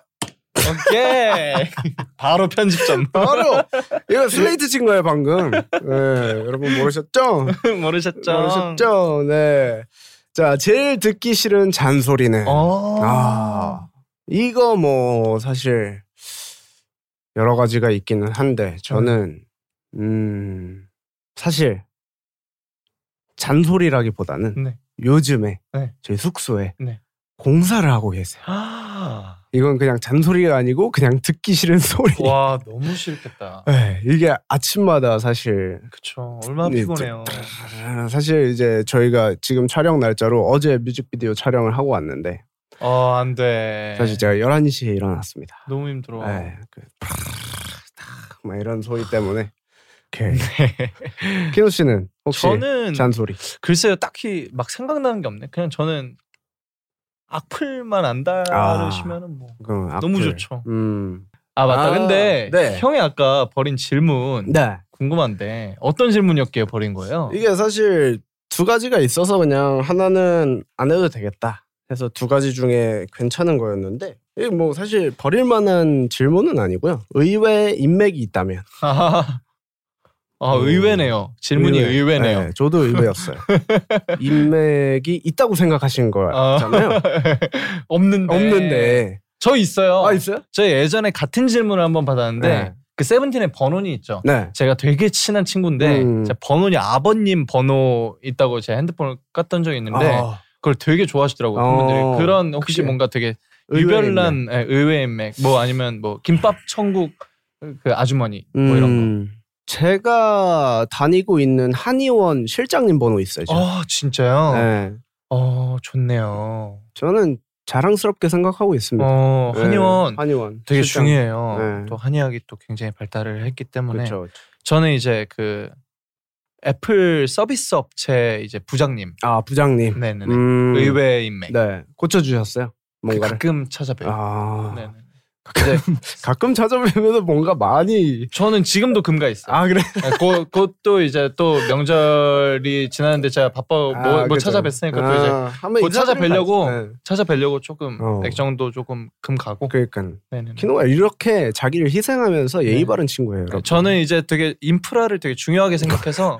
Speaker 4: 오케이. <laughs> 바로 편집점.
Speaker 3: 바로 <laughs> 이거 슬레이트 친 거예요 방금. 네, 여러분 모르셨죠?
Speaker 4: <laughs> 모르셨죠?
Speaker 3: 모르셨죠? 네. 자, 제일 듣기 싫은 잔소리는.
Speaker 4: 어.
Speaker 3: 아, 이거 뭐 사실 여러 가지가 있기는 한데 저는 음 사실 잔소리라기보다는
Speaker 4: 네.
Speaker 3: 요즘에
Speaker 4: 네.
Speaker 3: 저희 숙소에
Speaker 4: 네.
Speaker 3: 공사를 하고 계세요.
Speaker 4: 아.
Speaker 3: 이건 그냥 잔소리가 아니고 그냥 듣기 싫은 <laughs> 소리.
Speaker 4: 와, 너무 싫겠다.
Speaker 3: 네, 이게 아침마다 사실
Speaker 4: 그쵸. 얼마나
Speaker 3: 네,
Speaker 4: 피곤해요.
Speaker 3: 아, 사실 이제 저희가 지금 촬영 날짜로 어제 뮤직비디오 촬영을 하고 왔는데
Speaker 4: 어, 안 돼.
Speaker 3: 사실 제가 11시에 일어났습니다.
Speaker 4: 너무 힘들어.
Speaker 3: 네, 그, 탁, 막 이런 소리 때문에. 오케이. 키노 씨는 혹시
Speaker 4: 네. 저는
Speaker 3: 잔소리?
Speaker 4: 글쎄요, 딱히 막 생각나는 게 없네. 그냥 저는 악플만 안
Speaker 3: 아.
Speaker 4: 다루시면은 뭐.
Speaker 3: 그럼 악플.
Speaker 4: 너무 좋죠.
Speaker 3: 음.
Speaker 4: 아, 맞다.
Speaker 3: 아,
Speaker 4: 근데
Speaker 3: 네.
Speaker 4: 형이 아까 버린 질문
Speaker 3: 네.
Speaker 4: 궁금한데 어떤 질문이었기에 버린 거예요?
Speaker 3: 이게 사실 두 가지가 있어서 그냥 하나는 안 해도 되겠다 해서 두 가지 중에 괜찮은 거였는데 이게 뭐 사실 버릴 만한 질문은 아니고요. 의외 의 인맥이 있다면
Speaker 4: <laughs> 아, 아,
Speaker 3: 음.
Speaker 4: 의외네요. 질문이
Speaker 3: 의외.
Speaker 4: 의외. 네요
Speaker 3: 네, 저도
Speaker 4: <laughs>
Speaker 3: 의외였어요. 인맥이 있다고 생각하신
Speaker 4: 네.
Speaker 3: 거잖아요.
Speaker 4: <laughs> 없는데.
Speaker 3: 없는데.
Speaker 4: 저 있어요.
Speaker 3: 아 있어요?
Speaker 4: 저 예전에 같은 질문을 한번 받았는데
Speaker 3: 네.
Speaker 4: 그 세븐틴의 번호니 있죠.
Speaker 3: 네.
Speaker 4: 제가 되게 친한 친구인데
Speaker 3: 음.
Speaker 4: 제 번호니 아버님 번호 있다고 제 핸드폰을 깠던 적이 있는데
Speaker 3: 아,
Speaker 4: 그걸 되게 좋아하시더라고요.
Speaker 3: 어.
Speaker 4: 팬분들이 그런 혹시
Speaker 3: 그게
Speaker 4: 뭔가 되게
Speaker 3: 의외의
Speaker 4: 유별난 예, 의외의 맥, 뭐 아니면 뭐 김밥 천국 그 아주머니 뭐 이런 거.
Speaker 3: 음, 제가 다니고 있는 한의원 실장님 번호 있어요. 지금.
Speaker 4: 아 진짜요?
Speaker 3: 네.
Speaker 4: 어 좋네요.
Speaker 3: 저는 자랑스럽게 생각하고 있습니다.
Speaker 4: 어
Speaker 3: 네,
Speaker 4: 한의원
Speaker 3: 한의원
Speaker 4: 되게
Speaker 3: 실장.
Speaker 4: 중요해요.
Speaker 3: 네.
Speaker 4: 또 한의학이 또 굉장히 발달을 했기 때문에
Speaker 3: 그렇죠.
Speaker 4: 저는 이제 그 애플 서비스 업체 이제 부장님
Speaker 3: 아 부장님.
Speaker 4: 네네네 그
Speaker 3: 음,
Speaker 4: 의외의 인맥
Speaker 3: 네 고쳐주셨어요.
Speaker 4: 그
Speaker 3: 뭔가를.
Speaker 4: 가끔 찾아봬요
Speaker 3: 아
Speaker 4: 네네
Speaker 3: 가끔, <laughs> 가끔 찾아뵈면 뭔가 많이
Speaker 4: 저는 지금도 금가 있어요
Speaker 3: 아 그래.
Speaker 4: 네, 곧- 곧또 이제 또 명절이 지나는데 제가 바빠 못,
Speaker 3: 아,
Speaker 4: 못
Speaker 3: 그죠.
Speaker 4: 뭐, 찾아뵀으니까 또 이제
Speaker 3: 아, 한번
Speaker 4: 곧
Speaker 3: 인사드리면
Speaker 4: 찾아뵈려고.
Speaker 3: 가지. 네.
Speaker 4: 찾아뵈려고 조금
Speaker 3: 어.
Speaker 4: 액정도 조금 금 가고
Speaker 3: 그러니까
Speaker 4: 네네네
Speaker 3: 키노가 이렇게 자기를 희생하면서 예의
Speaker 4: 네.
Speaker 3: 바른 친구예요. 여러분.
Speaker 4: 저는 이제 되게 인프라를 되게
Speaker 3: <laughs>
Speaker 4: 중요하게 생각해서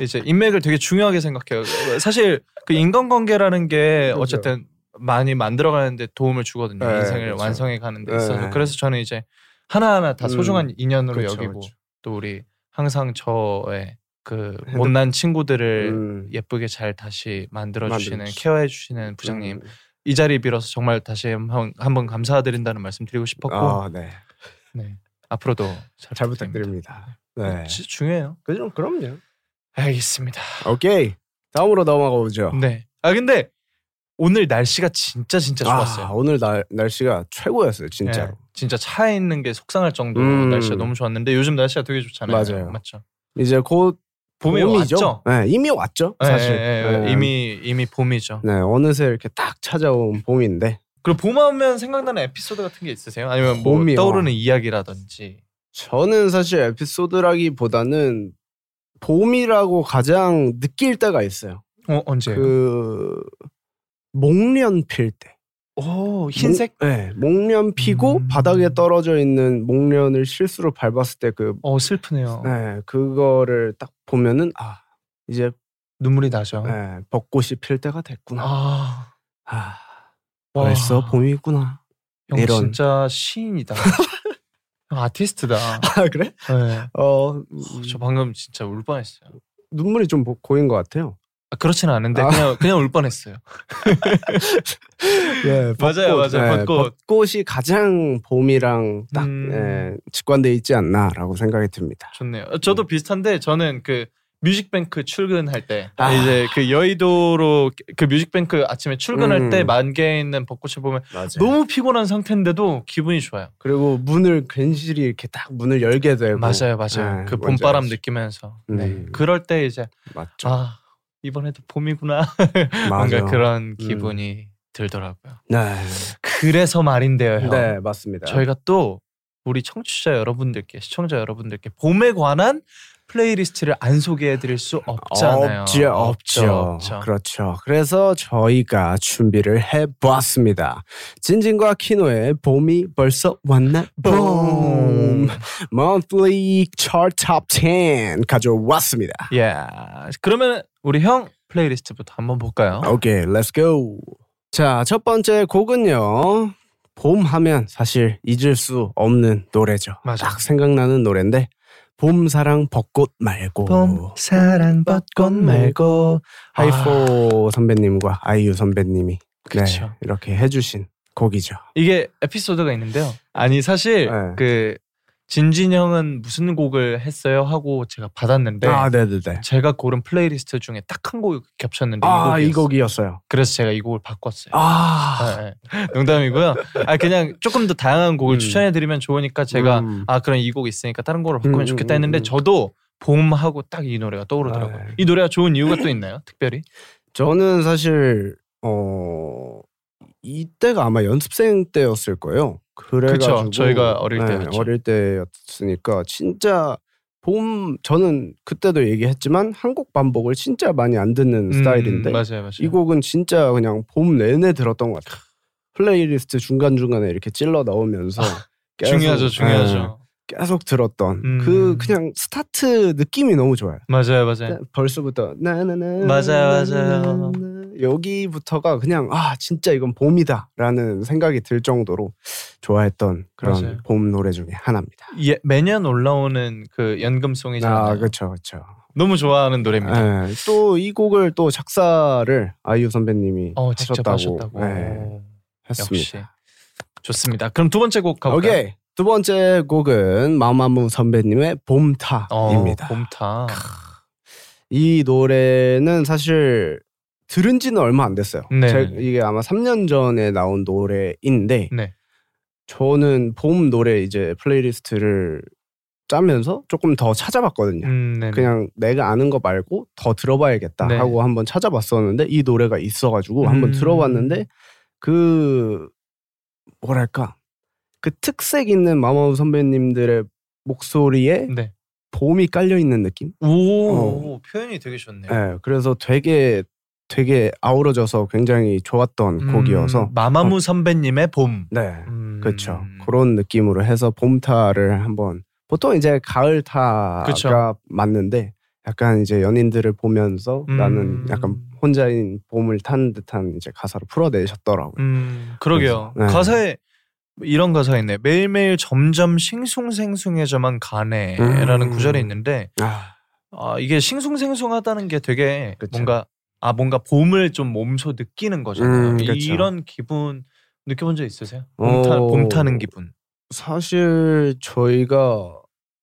Speaker 4: 이제 인맥을 되게 중요하게 생각해요. 사실 그 인간관계라는 게
Speaker 3: 그죠.
Speaker 4: 어쨌든 많이 만들어가는데 도움을 주거든요.
Speaker 3: 그렇죠. 네,
Speaker 4: 인생을
Speaker 3: 그쵸.
Speaker 4: 완성해 가는데
Speaker 3: 네.
Speaker 4: 있어서 그래서 저는 이제 하나하나 다
Speaker 3: 음, 그렇죠.
Speaker 4: 소중한 인연으로
Speaker 3: 그쵸,
Speaker 4: 여기고
Speaker 3: 그쵸.
Speaker 4: 또 우리 항상 저의 그 못난 친구들을
Speaker 3: 음.
Speaker 4: 예쁘게 잘 다시 만들어 주시는
Speaker 3: 만들어주시-
Speaker 4: 케어해 주시는 부장님
Speaker 3: 음.
Speaker 4: 이 자리 빌어서 정말 다시 한번 한번 감사드린다는 말씀 드리고 싶었고
Speaker 3: 아, 네.
Speaker 4: 네. 앞으로도 잘,
Speaker 3: 잘 부탁드립니다. 네.
Speaker 4: 진짜 중요해요.
Speaker 3: 그럼 그럼요.
Speaker 4: 알겠습니다.
Speaker 3: 오케이. 다음으로 넘어가 보죠.
Speaker 4: 네. 아 근데 오늘 날씨가 진짜 진짜 좋았어요.
Speaker 3: 아, 오늘 날 날씨가 최고였어요, 진짜로.
Speaker 4: 예, 진짜 차에 있는 게 속상할 정도로
Speaker 3: 음.
Speaker 4: 날씨가 너무 좋았는데 요즘 날씨가 되게 좋잖아요.
Speaker 3: 맞아요.
Speaker 4: 맞죠.
Speaker 3: 이제 곧
Speaker 4: 봄이
Speaker 3: 죠
Speaker 4: 왔죠?
Speaker 3: 네, 이미 왔죠.
Speaker 4: 예,
Speaker 3: 사실.
Speaker 4: 예, 예,
Speaker 3: 네.
Speaker 4: 이미 이미 봄이죠.
Speaker 3: 네, 어느새 이렇게 딱 찾아온 봄인데
Speaker 4: 그리고 봄하면 생각나는 에피소드 같은 게 있으세요? 아니면 뭐
Speaker 3: 봄이요.
Speaker 4: 떠오르는 이야기라든지.
Speaker 3: 저는 사실 에피소드라기보다는 봄이라고 가장 느낄 때가 있어요.
Speaker 4: 어 언제요?
Speaker 3: 그 목련 필 때.
Speaker 4: 오그 흰색.
Speaker 3: 목, 네, 목련 피고
Speaker 4: 음.
Speaker 3: 바닥에 떨어져 있는 목련을 실수로 밟았을 때그
Speaker 4: 어 슬프네요.
Speaker 3: 네, 그거를 딱 보면은 아 이제
Speaker 4: 눈물이 나죠.
Speaker 3: 네, 벚꽃이 필 때가 됐구나.
Speaker 4: 어? 아
Speaker 3: 아,
Speaker 4: 와.
Speaker 3: 벌써 봄이구나.
Speaker 4: 형
Speaker 3: 이런.
Speaker 4: 진짜 시인이다. 형 아티스트다.
Speaker 3: <laughs> 아 그래?
Speaker 4: 네.
Speaker 3: 어
Speaker 4: 저 방금 진짜 울 뻔했어요.
Speaker 3: 눈물이 좀 보- 고인 것 같아요.
Speaker 4: 아, 그렇진 않은데
Speaker 3: 아.
Speaker 4: 그냥 그냥 울 뻔했어요.
Speaker 3: <laughs> 예,
Speaker 4: <laughs> 맞아요, 맞아요. 벚꽃.
Speaker 3: 이 가장 봄이랑 딱
Speaker 4: 음.
Speaker 3: 예, 직관돼 있지 않나라고 생각이 듭니다.
Speaker 4: 좋네요. 어,
Speaker 3: 음.
Speaker 4: 저도 비슷한데 저는 그 뮤직뱅크 출근할 때
Speaker 3: 아.
Speaker 4: 이제 그 여의도로 그 뮤직뱅크 아침에 출근할
Speaker 3: 음.
Speaker 4: 때 만개에 있는 벚꽃을 보면
Speaker 3: 맞아요.
Speaker 4: 너무 피곤한 상태인데도 기분이 좋아요.
Speaker 3: 그리고 문을 괜시리 이렇게 딱 문을 열게 되고
Speaker 4: 맞아요, 맞아요.
Speaker 3: 예,
Speaker 4: 그
Speaker 3: 뭔지
Speaker 4: 봄바람
Speaker 3: 알죠.
Speaker 4: 느끼면서
Speaker 3: 음.
Speaker 4: 네. 그럴 때 이제
Speaker 3: 맞죠.
Speaker 4: 아 이번에도
Speaker 3: <laughs>
Speaker 4: 봄이구나
Speaker 3: 맞아요. 음.
Speaker 4: 뭔가 그런 기분이 들더라고요.
Speaker 3: 네,
Speaker 4: 그래서 말인데요, 형.
Speaker 3: 네 맞습니다.
Speaker 4: 저희가 또 우리 청취자 여러분들께 시청자 여러분들께 봄에 관한 플레이리스트를 안 소개해드릴 수 없잖아요.
Speaker 3: 없죠, 없죠.
Speaker 4: 없죠.
Speaker 3: 그렇죠. 그래서 저희가 준비를 해보았습니다. 진진과 키노의 봄이 벌써 왔나? 봄. Monthly Chart Top 10 가져왔습니다.
Speaker 4: 예. 그러면 우리 형 플레이리스트부터 한번 볼까요?
Speaker 3: 오케이, let's go. 자, 첫 번째 곡은요. 봄 하면 사실 잊을 수 없는 노래죠.
Speaker 4: 맞아.
Speaker 3: 딱 생각나는 노래인데 봄 사랑 벚꽃 말고
Speaker 4: 사랑 벚꽃 말고
Speaker 3: 하이포 선배님과 아이유 선배님이 네,
Speaker 4: 그쵸.
Speaker 3: 이렇게 해주신 곡이죠.
Speaker 4: 이게 에피소드가 있는데요. 아니 사실
Speaker 3: 네.
Speaker 4: 그 진진 형은 무슨 곡을 했어요 하고 제가 받았는데
Speaker 3: 아, 네네네.
Speaker 4: 제가 고른 플레이리스트 중에 딱 한 곡이 겹쳤는데
Speaker 3: 아,
Speaker 4: 이 네.
Speaker 3: 이
Speaker 4: 곡이
Speaker 3: 곡이었어요.
Speaker 4: 그래서 제가 이 곡을 바꿨어요.
Speaker 3: 아,
Speaker 4: 예, 예. 농담이고요. 아 그냥 조금 더 다양한 곡을
Speaker 3: 음.
Speaker 4: 추천해드리면 좋으니까 제가
Speaker 3: 음.
Speaker 4: 아 그럼 이 곡 있으니까 다른 곡으로 바꾸면
Speaker 3: 음,
Speaker 4: 좋겠다
Speaker 3: 음,
Speaker 4: 했는데
Speaker 3: 음.
Speaker 4: 저도 봄하고 딱 이 노래가 떠오르더라고요.
Speaker 3: 아, 예.
Speaker 4: 이 노래가 좋은 이유가 또 있나요? 특별히?
Speaker 3: 저는 사실 어 이때가 아마 연습생 때였을 거예요. 그래가지고 네,
Speaker 4: 그쵸, 저희가 어릴 때였죠.
Speaker 3: 어릴 때였으니까 진짜 봄 저는 그때도 얘기했지만 한국 반복을 진짜 많이 안 듣는 스타일인데
Speaker 4: 음, 맞아요, 맞아요.
Speaker 3: 이 곡은 진짜 그냥 봄 내내 들었던 것 같아요. 플레이리스트 중간 중간에 이렇게 찔러 넣으면서 계속,
Speaker 4: 아, 중요하죠, 중요하죠.
Speaker 3: 예, 계속 들었던
Speaker 4: 음.
Speaker 3: 그 그냥 스타트 느낌이 너무 좋아요. 그러니까
Speaker 4: 맞아요,
Speaker 3: 네.
Speaker 4: 맞아요.
Speaker 3: 벌써부터 나나나
Speaker 4: 네. 맞아요,
Speaker 3: 나나나
Speaker 4: 맞아요.
Speaker 3: 여기부터가 그냥 아 진짜 이건 봄이다라는 생각이 들 정도로 좋아했던 그런
Speaker 4: 맞아요.
Speaker 3: 봄 노래 중에 하나입니다.
Speaker 4: 예, 매년 올라오는 그 연금송이잖아요.
Speaker 3: 아 네. 그렇죠 그렇죠.
Speaker 4: 너무 좋아하는 노래입니다.
Speaker 3: 또 이 곡을 또 작사를 아이유 선배님이
Speaker 4: 어, 직접
Speaker 3: 하셨다고,
Speaker 4: 하셨다고.
Speaker 3: 예,
Speaker 4: 오, 역시
Speaker 3: 했습니다.
Speaker 4: 좋습니다. 그럼 두 번째 곡 가볼까요?
Speaker 3: 오케이 두 번째 곡은 마마무 선배님의
Speaker 4: 어,
Speaker 3: 봄타입니다.
Speaker 4: 봄타.
Speaker 3: 이 노래는 사실 들은 지는 얼마 안 됐어요.
Speaker 4: 네.
Speaker 3: 제- 이게 아마 3년 전에 나온 노래인데
Speaker 4: 네.
Speaker 3: 저는 봄 노래 이제 플레이리스트를 짜면서 조금 더 찾아봤거든요.
Speaker 4: 음, 네.
Speaker 3: 그냥 내가 아는 거 말고 더 들어봐야겠다
Speaker 4: 네.
Speaker 3: 하고 한번 찾아봤었는데 이 노래가 있어가지고 한번
Speaker 4: 음.
Speaker 3: 들어봤는데 그 뭐랄까 그 특색 있는 마마무 선배님들의 목소리에
Speaker 4: 네.
Speaker 3: 봄이 깔려 있는 느낌.
Speaker 4: 오, 표현이 되게 좋네요.
Speaker 3: 어. 네, 그래서 되게 되게 아우러져서 굉장히 좋았던
Speaker 4: 음,
Speaker 3: 곡이어서
Speaker 4: 마마무 선배님의 봄.
Speaker 3: 네
Speaker 4: 음,
Speaker 3: 그렇죠 그런 느낌으로 해서 봄타를 한번 보통 이제 가을타가
Speaker 4: 그쵸.
Speaker 3: 맞는데 약간 이제 연인들을 보면서
Speaker 4: 음.
Speaker 3: 나는 약간 혼자인 봄을 탄 듯한 이제 가사로 풀어내셨더라고요.
Speaker 4: 음, 그러게요.
Speaker 3: 그래서, 네.
Speaker 4: 가사에 이런 가사가 있네. 매일매일 점점 싱숭생숭해져만 가네라는
Speaker 3: 음.
Speaker 4: 구절이 있는데
Speaker 3: 아,
Speaker 4: 아, 이게 싱숭생숭하다는 게 되게
Speaker 3: 그쵸.
Speaker 4: 뭔가 아 뭔가 봄을 좀 몸소 느끼는 거잖아요.
Speaker 3: 음, 그쵸.
Speaker 4: 이런 기분 느껴본 적 있으세요?
Speaker 3: 오.
Speaker 4: 봄, 타, 봄 타는 기분.
Speaker 3: 사실 저희가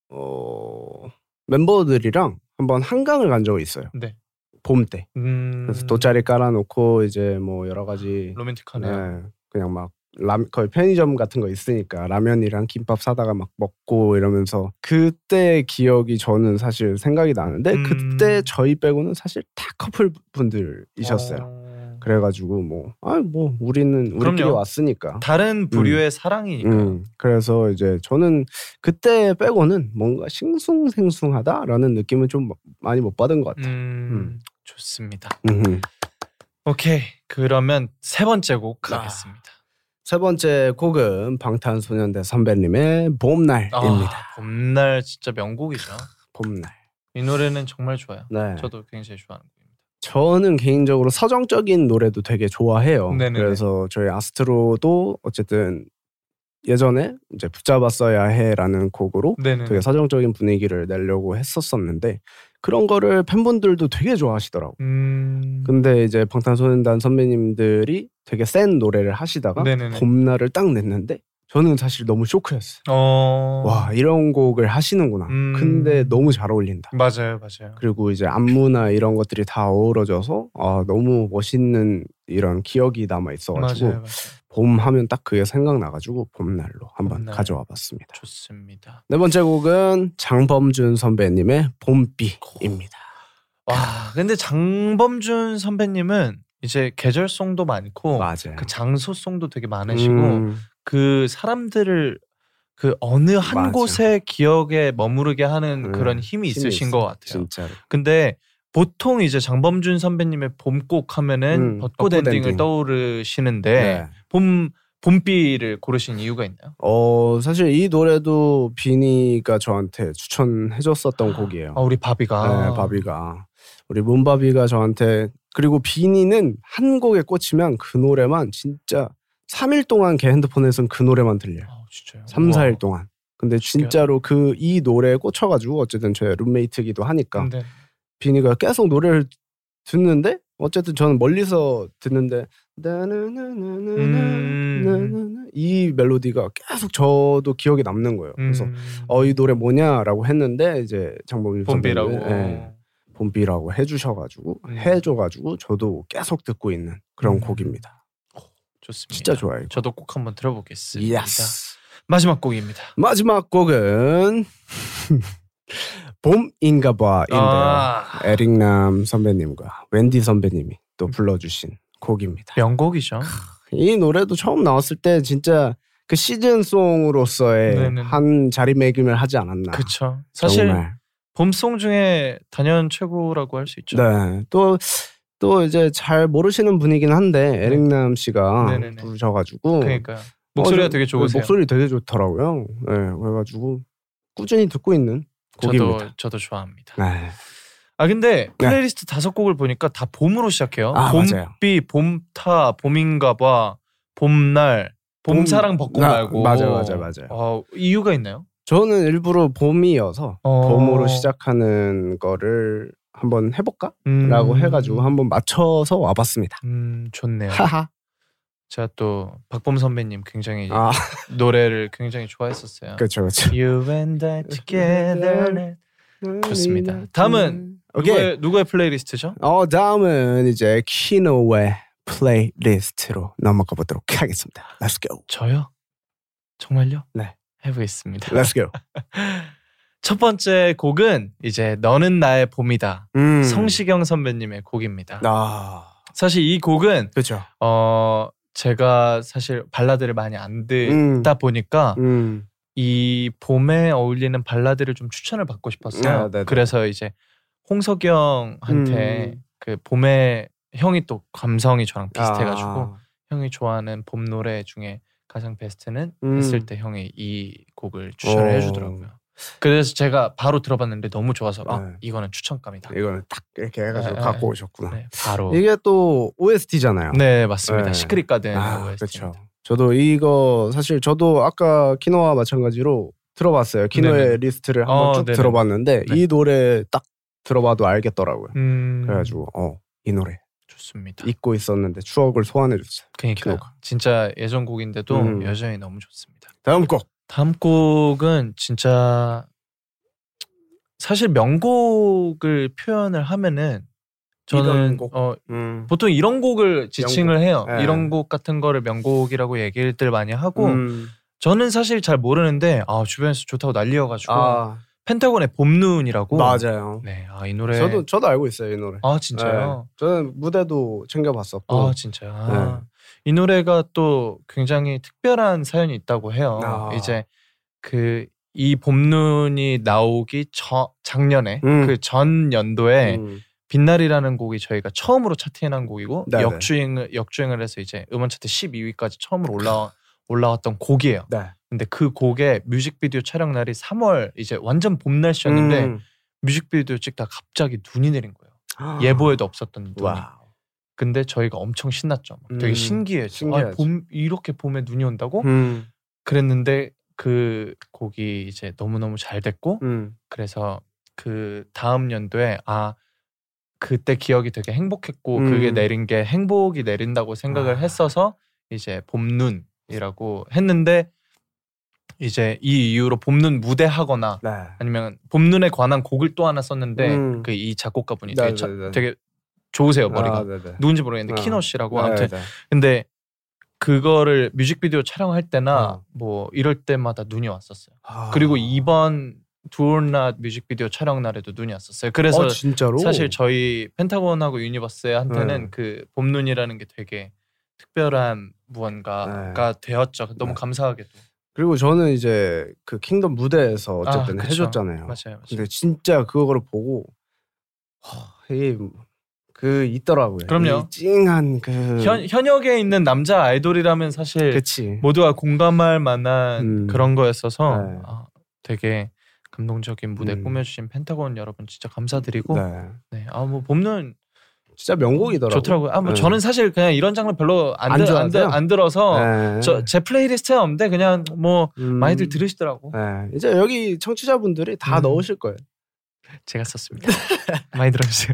Speaker 3: 어, 멤버들이랑 한번 한강을 간 적이 있어요.
Speaker 4: 네.
Speaker 3: 봄 때.
Speaker 4: 음,
Speaker 3: 그래서 돗자리 깔아놓고 이제 뭐 여러 가지
Speaker 4: 로맨틱하네요.
Speaker 3: 네, 그냥 막 람, 거의 편의점 같은 거 있으니까 라면이랑 김밥 사다가 막 먹고 이러면서 그때 기억이 저는 사실 생각이 나는데
Speaker 4: 음.
Speaker 3: 그때 저희 빼고는 사실 다 커플 분들이셨어요.
Speaker 4: 어.
Speaker 3: 그래가지고 뭐 아 뭐 우리는 우리끼리
Speaker 4: 그럼요.
Speaker 3: 왔으니까.
Speaker 4: 다른 부류의 사랑이니까.
Speaker 3: 음, 그래서 이제 저는 그때 빼고는 뭔가 싱숭생숭하다라는 느낌은 좀뭐 많이 못 받은 것 같아요.
Speaker 4: 음, 좋습니다.
Speaker 3: 음.
Speaker 4: 오케이. 그러면 세 번째 곡
Speaker 3: 아.
Speaker 4: 가겠습니다.
Speaker 3: 세 번째 곡은 방탄소년단 선배님의 봄날입니다.
Speaker 4: 아, 봄날 진짜 명곡이죠.
Speaker 3: 봄날.
Speaker 4: 이 노래는 정말 좋아요.
Speaker 3: 네.
Speaker 4: 저도 굉장히 좋아하는 곡입니다.
Speaker 3: 저는 개인적으로 서정적인 노래도 되게 좋아해요.
Speaker 4: 네네네.
Speaker 3: 그래서 저희 아스트로도 어쨌든 예전에 이제 붙잡았어야 해라는 곡으로
Speaker 4: 네네.
Speaker 3: 되게 서정적인 분위기를 내려고 했었었는데 그런 거를 팬분들도 되게 좋아하시더라고.
Speaker 4: 음.
Speaker 3: 근데 이제 방탄소년단 선배님들이 되게 센 노래를 하시다가
Speaker 4: 네네네.
Speaker 3: 봄날을 딱 냈는데 저는 사실 너무 쇼크였어요.
Speaker 4: 어.
Speaker 3: 와 이런 곡을 하시는구나.
Speaker 4: 음.
Speaker 3: 근데 너무 잘 어울린다.
Speaker 4: 맞아요, 맞아요.
Speaker 3: 그리고 이제 안무나 이런 것들이 다 어우러져서 아, 너무 멋있는 이런 기억이 남아 있어가지고
Speaker 4: 맞아요, 맞아요.
Speaker 3: 봄 하면 딱 그게 생각나가지고 봄날로 한번
Speaker 4: 봄날.
Speaker 3: 가져와 봤습니다.
Speaker 4: 좋습니다.
Speaker 3: 네 번째 곡은 장범준 선배님의 봄비입니다.
Speaker 4: 와, 근데 장범준 선배님은 이제 계절성도 많고
Speaker 3: 맞아요.
Speaker 4: 그 장소성도 되게 많으시고
Speaker 3: 음,
Speaker 4: 그 사람들을 그 어느
Speaker 3: 맞아.
Speaker 4: 한 곳의 기억에 머무르게 하는
Speaker 3: 음,
Speaker 4: 그런
Speaker 3: 힘이
Speaker 4: 힘이 있으신
Speaker 3: 있어.
Speaker 4: 것 같아요.
Speaker 3: 진짜로.
Speaker 4: 근데 보통 이제 장범준 선배님의 봄곡 하면은
Speaker 3: 음,
Speaker 4: 벚꽃
Speaker 3: 벚꽃
Speaker 4: 엔딩을
Speaker 3: 엔딩.
Speaker 4: 떠오르시는데
Speaker 3: 네.
Speaker 4: 봄 봄비를 고르신 이유가 있나요?
Speaker 3: 어 사실 이 노래도 비니가 저한테 추천해줬었던 곡이에요.
Speaker 4: 아 우리 바비가
Speaker 3: 어. 네, 바비가 우리 문바비가 저한테 그리고 비니는 한 곡에 꽂히면 그 노래만 진짜 3일 동안 걔 핸드폰에선 그 노래만 들려요.
Speaker 4: 아, 진짜요?
Speaker 3: 3,
Speaker 4: 우와.
Speaker 3: 4일 동안. 근데
Speaker 4: 신기하다.
Speaker 3: 진짜로 그 이 노래에 꽂혀가지고 어쨌든 제 룸메이트기도 하니까
Speaker 4: 근데
Speaker 3: 비니가 계속 노래를 듣는데 어쨌든 저는 멀리서 듣는데 나나나나나나
Speaker 4: 음.
Speaker 3: 나나나 이 멜로디가 계속 저도 기억에 남는 거예요. 그래서
Speaker 4: 음,
Speaker 3: 어 이 노래 뭐냐라고 했는데 이제 장범준
Speaker 4: 봄비라고 어.
Speaker 3: 선배님은, 예, 봄비라고 해주셔가지고
Speaker 4: 음.
Speaker 3: 해줘가지고 저도 계속 듣고 있는 그런
Speaker 4: 음. 네,
Speaker 3: 곡입니다.
Speaker 4: 좋습니다.
Speaker 3: 진짜 좋아요. 이거.
Speaker 4: 저도 꼭 한번 들어보겠습니다.
Speaker 3: 예스.
Speaker 4: 마지막 곡입니다.
Speaker 3: 마지막 곡은 <laughs> 봄인가봐인데요.
Speaker 4: 아,
Speaker 3: 에릭남 선배님과 wendy 선배님이 또
Speaker 4: 음.
Speaker 3: 불러주신 곡입니다.
Speaker 4: 명곡이죠.
Speaker 3: 이 노래도 처음 나왔을 때 진짜 그 시즌송으로서의
Speaker 4: 네네.
Speaker 3: 한 자리매김을 하지 않았나.
Speaker 4: 그쵸. 사실
Speaker 3: 정말.
Speaker 4: 봄송 중에 단연 최고라고 할 수 있죠.
Speaker 3: 네. 또, 또 이제 잘 모르시는 분이긴 한데 에릭남 씨가
Speaker 4: 네. 네네네.
Speaker 3: 부르셔가지고
Speaker 4: 그러니까 목소리가
Speaker 3: 어, 저-
Speaker 4: 되게 좋으세요.
Speaker 3: 목소리 되게 좋더라고요. 네, 그래가지고 꾸준히 듣고 있는 곡입니다.
Speaker 4: 저도 저도 좋아합니다.
Speaker 3: 네.
Speaker 4: 아 근데 플레이리스트 다섯 곡을 보니까 다 봄으로 시작해요.
Speaker 3: 아, 맞아요.
Speaker 4: 봄비, 봄타, 봄인가봐, 봄날, 봄사랑 벚꽃
Speaker 3: 아,
Speaker 4: 말고.
Speaker 3: 맞아요, 맞아요, 맞아요.
Speaker 4: 어, 이유가 있나요?
Speaker 3: 저는 일부러 봄이어서
Speaker 4: 어.
Speaker 3: 봄으로 시작하는 거를 한번 해볼까라고
Speaker 4: 음,
Speaker 3: 해가지고 한번 맞춰서 와봤습니다.
Speaker 4: 음 좋네요.
Speaker 3: 하하.
Speaker 4: 제가 또 박범 선배님 굉장히
Speaker 3: 아, <laughs>
Speaker 4: 노래를 굉장히 좋아했었어요.
Speaker 3: 그렇죠, 그렇죠.
Speaker 4: You and I together. 좋습니다. 다음은
Speaker 3: 오케이.
Speaker 4: 누구의 누구의 플레이리스트죠?
Speaker 3: 어 다음은 이제 키노의 플레이리스트로 넘어가 보도록 하겠습니다. Let's go.
Speaker 4: 저요? 정말요?
Speaker 3: 네.
Speaker 4: 해보겠습니다.
Speaker 3: Let's go.
Speaker 4: <laughs> 첫 번째 곡은 이제 너는 나의 봄이다.
Speaker 3: 음.
Speaker 4: 성시경 선배님의 곡입니다.
Speaker 3: 아,
Speaker 4: 사실 이 곡은
Speaker 3: 그렇죠.
Speaker 4: 어 제가 사실 발라드를 많이 안
Speaker 3: 음.
Speaker 4: 듣다 보니까
Speaker 3: 음.
Speaker 4: 이 봄에 어울리는 발라드를 좀 추천을 받고 싶었어요.
Speaker 3: 아, 네네.
Speaker 4: 그래서 이제 홍석이 형한테
Speaker 3: 음.
Speaker 4: 그 봄에 형이 또 감성이 저랑 비슷해가지고
Speaker 3: 아.
Speaker 4: 형이 좋아하는 봄 노래 중에 가장 베스트는
Speaker 3: 음.
Speaker 4: 했을 때 형이 이 곡을 추천을
Speaker 3: 오.
Speaker 4: 해주더라고요. 그래서 제가 바로 들어봤는데 너무 좋아서 아
Speaker 3: 네.
Speaker 4: 이거는 추천감이다.
Speaker 3: 이거는 딱 이렇게 해가지고
Speaker 4: 네,
Speaker 3: 갖고
Speaker 4: 네.
Speaker 3: 오셨구나.
Speaker 4: 네, 바로
Speaker 3: 이게 또 OST잖아요.
Speaker 4: 네 맞습니다.
Speaker 3: 네.
Speaker 4: 시크릿가든
Speaker 3: 아,
Speaker 4: OST
Speaker 3: 그렇죠.
Speaker 4: 입니다.
Speaker 3: 저도 이거 사실 저도 아까 키노와 마찬가지로 들어봤어요. 키노의
Speaker 4: 네네.
Speaker 3: 리스트를 한번
Speaker 4: 어,
Speaker 3: 쭉
Speaker 4: 네네.
Speaker 3: 들어봤는데
Speaker 4: 네.
Speaker 3: 이 노래 딱 들어봐도 알겠더라고요.
Speaker 4: 음,
Speaker 3: 그래가지고 어 이 노래
Speaker 4: 좋습니다.
Speaker 3: 잊고 있었는데 추억을 소환해 주세요.
Speaker 4: 그러니까
Speaker 3: 기억.
Speaker 4: 진짜 예전 곡인데도
Speaker 3: 음.
Speaker 4: 여전히 너무 좋습니다.
Speaker 3: 다음 곡
Speaker 4: 다음 곡은 진짜 사실 명곡을 표현을 하면은 저는
Speaker 3: 이런 곡.
Speaker 4: 어,
Speaker 3: 음.
Speaker 4: 보통 이런 곡을 지칭을 해요.
Speaker 3: 예.
Speaker 4: 이런 곡 같은 거를 명곡이라고 얘기들 많이 하고
Speaker 3: 음.
Speaker 4: 저는 사실 잘 모르는데 아 주변에서 좋다고 난리여가지고
Speaker 3: 아
Speaker 4: 펜타곤의 봄눈이라고
Speaker 3: 맞아요.
Speaker 4: 네, 아, 이 노래
Speaker 3: 저도 저도 알고 있어요 이 노래.
Speaker 4: 아 진짜요?
Speaker 3: 네. 저는 무대도 챙겨봤었고.
Speaker 4: 아 진짜요?
Speaker 3: 네.
Speaker 4: 아, 이 노래가 또 굉장히 특별한 사연이 있다고 해요.
Speaker 3: 아.
Speaker 4: 이제 그 이 봄눈이 나오기 저, 작년에
Speaker 3: 음.
Speaker 4: 그 전 연도에
Speaker 3: 음.
Speaker 4: 빛날이라는 곡이 저희가 처음으로 차트인한 곡이고
Speaker 3: 네네.
Speaker 4: 역주행을 역주행을 해서 이제 음원 차트 12위까지 처음으로 올라 올라왔던 곡이에요.
Speaker 3: 네.
Speaker 4: 근데 그 곡의 뮤직비디오 촬영 날이 3월 이제 완전 봄 날씨였는데
Speaker 3: 음.
Speaker 4: 뮤직비디오 찍다 갑자기 눈이 내린 거예요. 예보에도 없었던 눈이.
Speaker 3: 아. <gasps> 와우.
Speaker 4: 근데 저희가 엄청 신났죠. 막 되게
Speaker 3: 음,
Speaker 4: 신기해요. 아,
Speaker 3: 신기하지.
Speaker 4: 봄 이렇게 봄에 눈이 온다고?
Speaker 3: 음.
Speaker 4: 그랬는데 그 곡이 이제 너무 너무 잘 됐고
Speaker 3: 음.
Speaker 4: 그래서 그 다음 연도에 아 그때 기억이 되게 행복했고
Speaker 3: 음.
Speaker 4: 그게 내린 게 행복이 내린다고 생각을
Speaker 3: 아.
Speaker 4: 했어서 이제 봄눈이라고 했는데 이제 이 이후로 봄눈 무대하거나
Speaker 3: 네.
Speaker 4: 아니면 봄눈에 관한 곡을 또 하나 썼는데
Speaker 3: 음.
Speaker 4: 그 이 작곡가분이
Speaker 3: 네,
Speaker 4: 되게, 참-
Speaker 3: 네, 네.
Speaker 4: 되게 좋으세요 머리가
Speaker 3: 아, 네네.
Speaker 4: 누군지 모르겠는데
Speaker 3: 어.
Speaker 4: 키노 씨라고
Speaker 3: 네,
Speaker 4: 아무튼
Speaker 3: 네.
Speaker 4: 근데 그거를 뮤직비디오 촬영할 때나
Speaker 3: 어.
Speaker 4: 뭐 이럴 때마다 눈이 왔었어요.
Speaker 3: 아.
Speaker 4: 그리고 이번 두올낫 뮤직비디오 촬영 날에도 눈이 왔었어요. 그래서
Speaker 3: 어, 진짜로
Speaker 4: 사실 저희 펜타곤하고 유니버스한테는
Speaker 3: 네.
Speaker 4: 그 봄눈이라는 게 되게 특별한 무언가가 되었죠. 너무
Speaker 3: 네.
Speaker 4: 감사하게도
Speaker 3: 그리고 저는 이제 그 킹덤 무대에서 어쨌든
Speaker 4: 아, 그쵸.
Speaker 3: 해줬잖아요.
Speaker 4: 맞아요. 맞아요.
Speaker 3: 근데 진짜 그거를 보고 이그 있더라고요.
Speaker 4: 그럼요.
Speaker 3: 이 찡한 그
Speaker 4: 현, 현역에 있는 남자 아이돌이라면 사실
Speaker 3: 그치.
Speaker 4: 예. 모두가 공감할 만한
Speaker 3: 음.
Speaker 4: 그런 거였어서
Speaker 3: 네.
Speaker 4: 아, 되게 감동적인 무대
Speaker 3: 음.
Speaker 4: 꾸며주신 펜타곤 여러분 진짜 감사드리고 네.
Speaker 3: 네.
Speaker 4: 아뭐 봄눈
Speaker 3: 진짜 명곡이더라고요.
Speaker 4: 좋더라고요. 아뭐
Speaker 3: 네.
Speaker 4: 저는 사실 그냥 이런 장르 별로 안,
Speaker 3: 안
Speaker 4: 들, 안, 들,
Speaker 3: 좋아하세요?
Speaker 4: 안 들어서
Speaker 3: 네.
Speaker 4: 저, 제 플레이리스트에 없는데 그냥 뭐
Speaker 3: 음.
Speaker 4: 많이들 들으시더라고.
Speaker 3: 네. 이제 여기 청취자분들이 다
Speaker 4: 음.
Speaker 3: 넣으실 거예요.
Speaker 4: 제가 썼습니다. <laughs> 많이 들어주세요.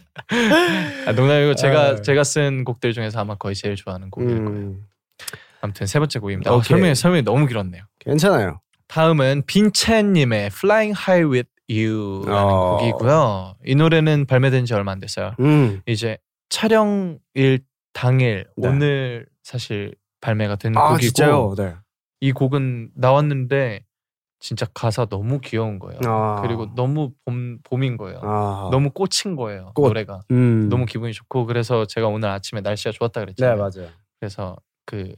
Speaker 4: <laughs> 아, 농담이고 제가
Speaker 3: 네.
Speaker 4: 제가 쓴 곡들 중에서 아마 거의 제일 좋아하는 곡일 거예요.
Speaker 3: 음.
Speaker 4: 아무튼 세 번째 곡입니다. 어,
Speaker 3: 오케이.
Speaker 4: 설명이 설명이 너무 길었네요.
Speaker 3: 괜찮아요.
Speaker 4: 다음은 빈첸님의 Flying High with You라는
Speaker 3: 어.
Speaker 4: 곡이고요. 이 노래는 발매된 지 얼마 안 됐어요.
Speaker 3: 음.
Speaker 4: 이제 촬영일 당일
Speaker 3: 네.
Speaker 4: 오늘 사실 발매가 된
Speaker 3: 아
Speaker 4: 음, 곡이고
Speaker 3: 진짜요. 네.
Speaker 4: 이 곡은 나왔는데 진짜 가사 너무 귀여운 거예요.
Speaker 3: 아.
Speaker 4: 그리고 너무 봄 봄인 거예요.
Speaker 3: 아.
Speaker 4: 너무 꽂힌 거예요.
Speaker 3: 꽃.
Speaker 4: 노래가
Speaker 3: 음.
Speaker 4: 너무 기분이 좋고 그래서 제가 오늘 아침에 날씨가 좋았다
Speaker 3: 네
Speaker 4: 그랬잖아요.
Speaker 3: 맞아요.
Speaker 4: 그래서 그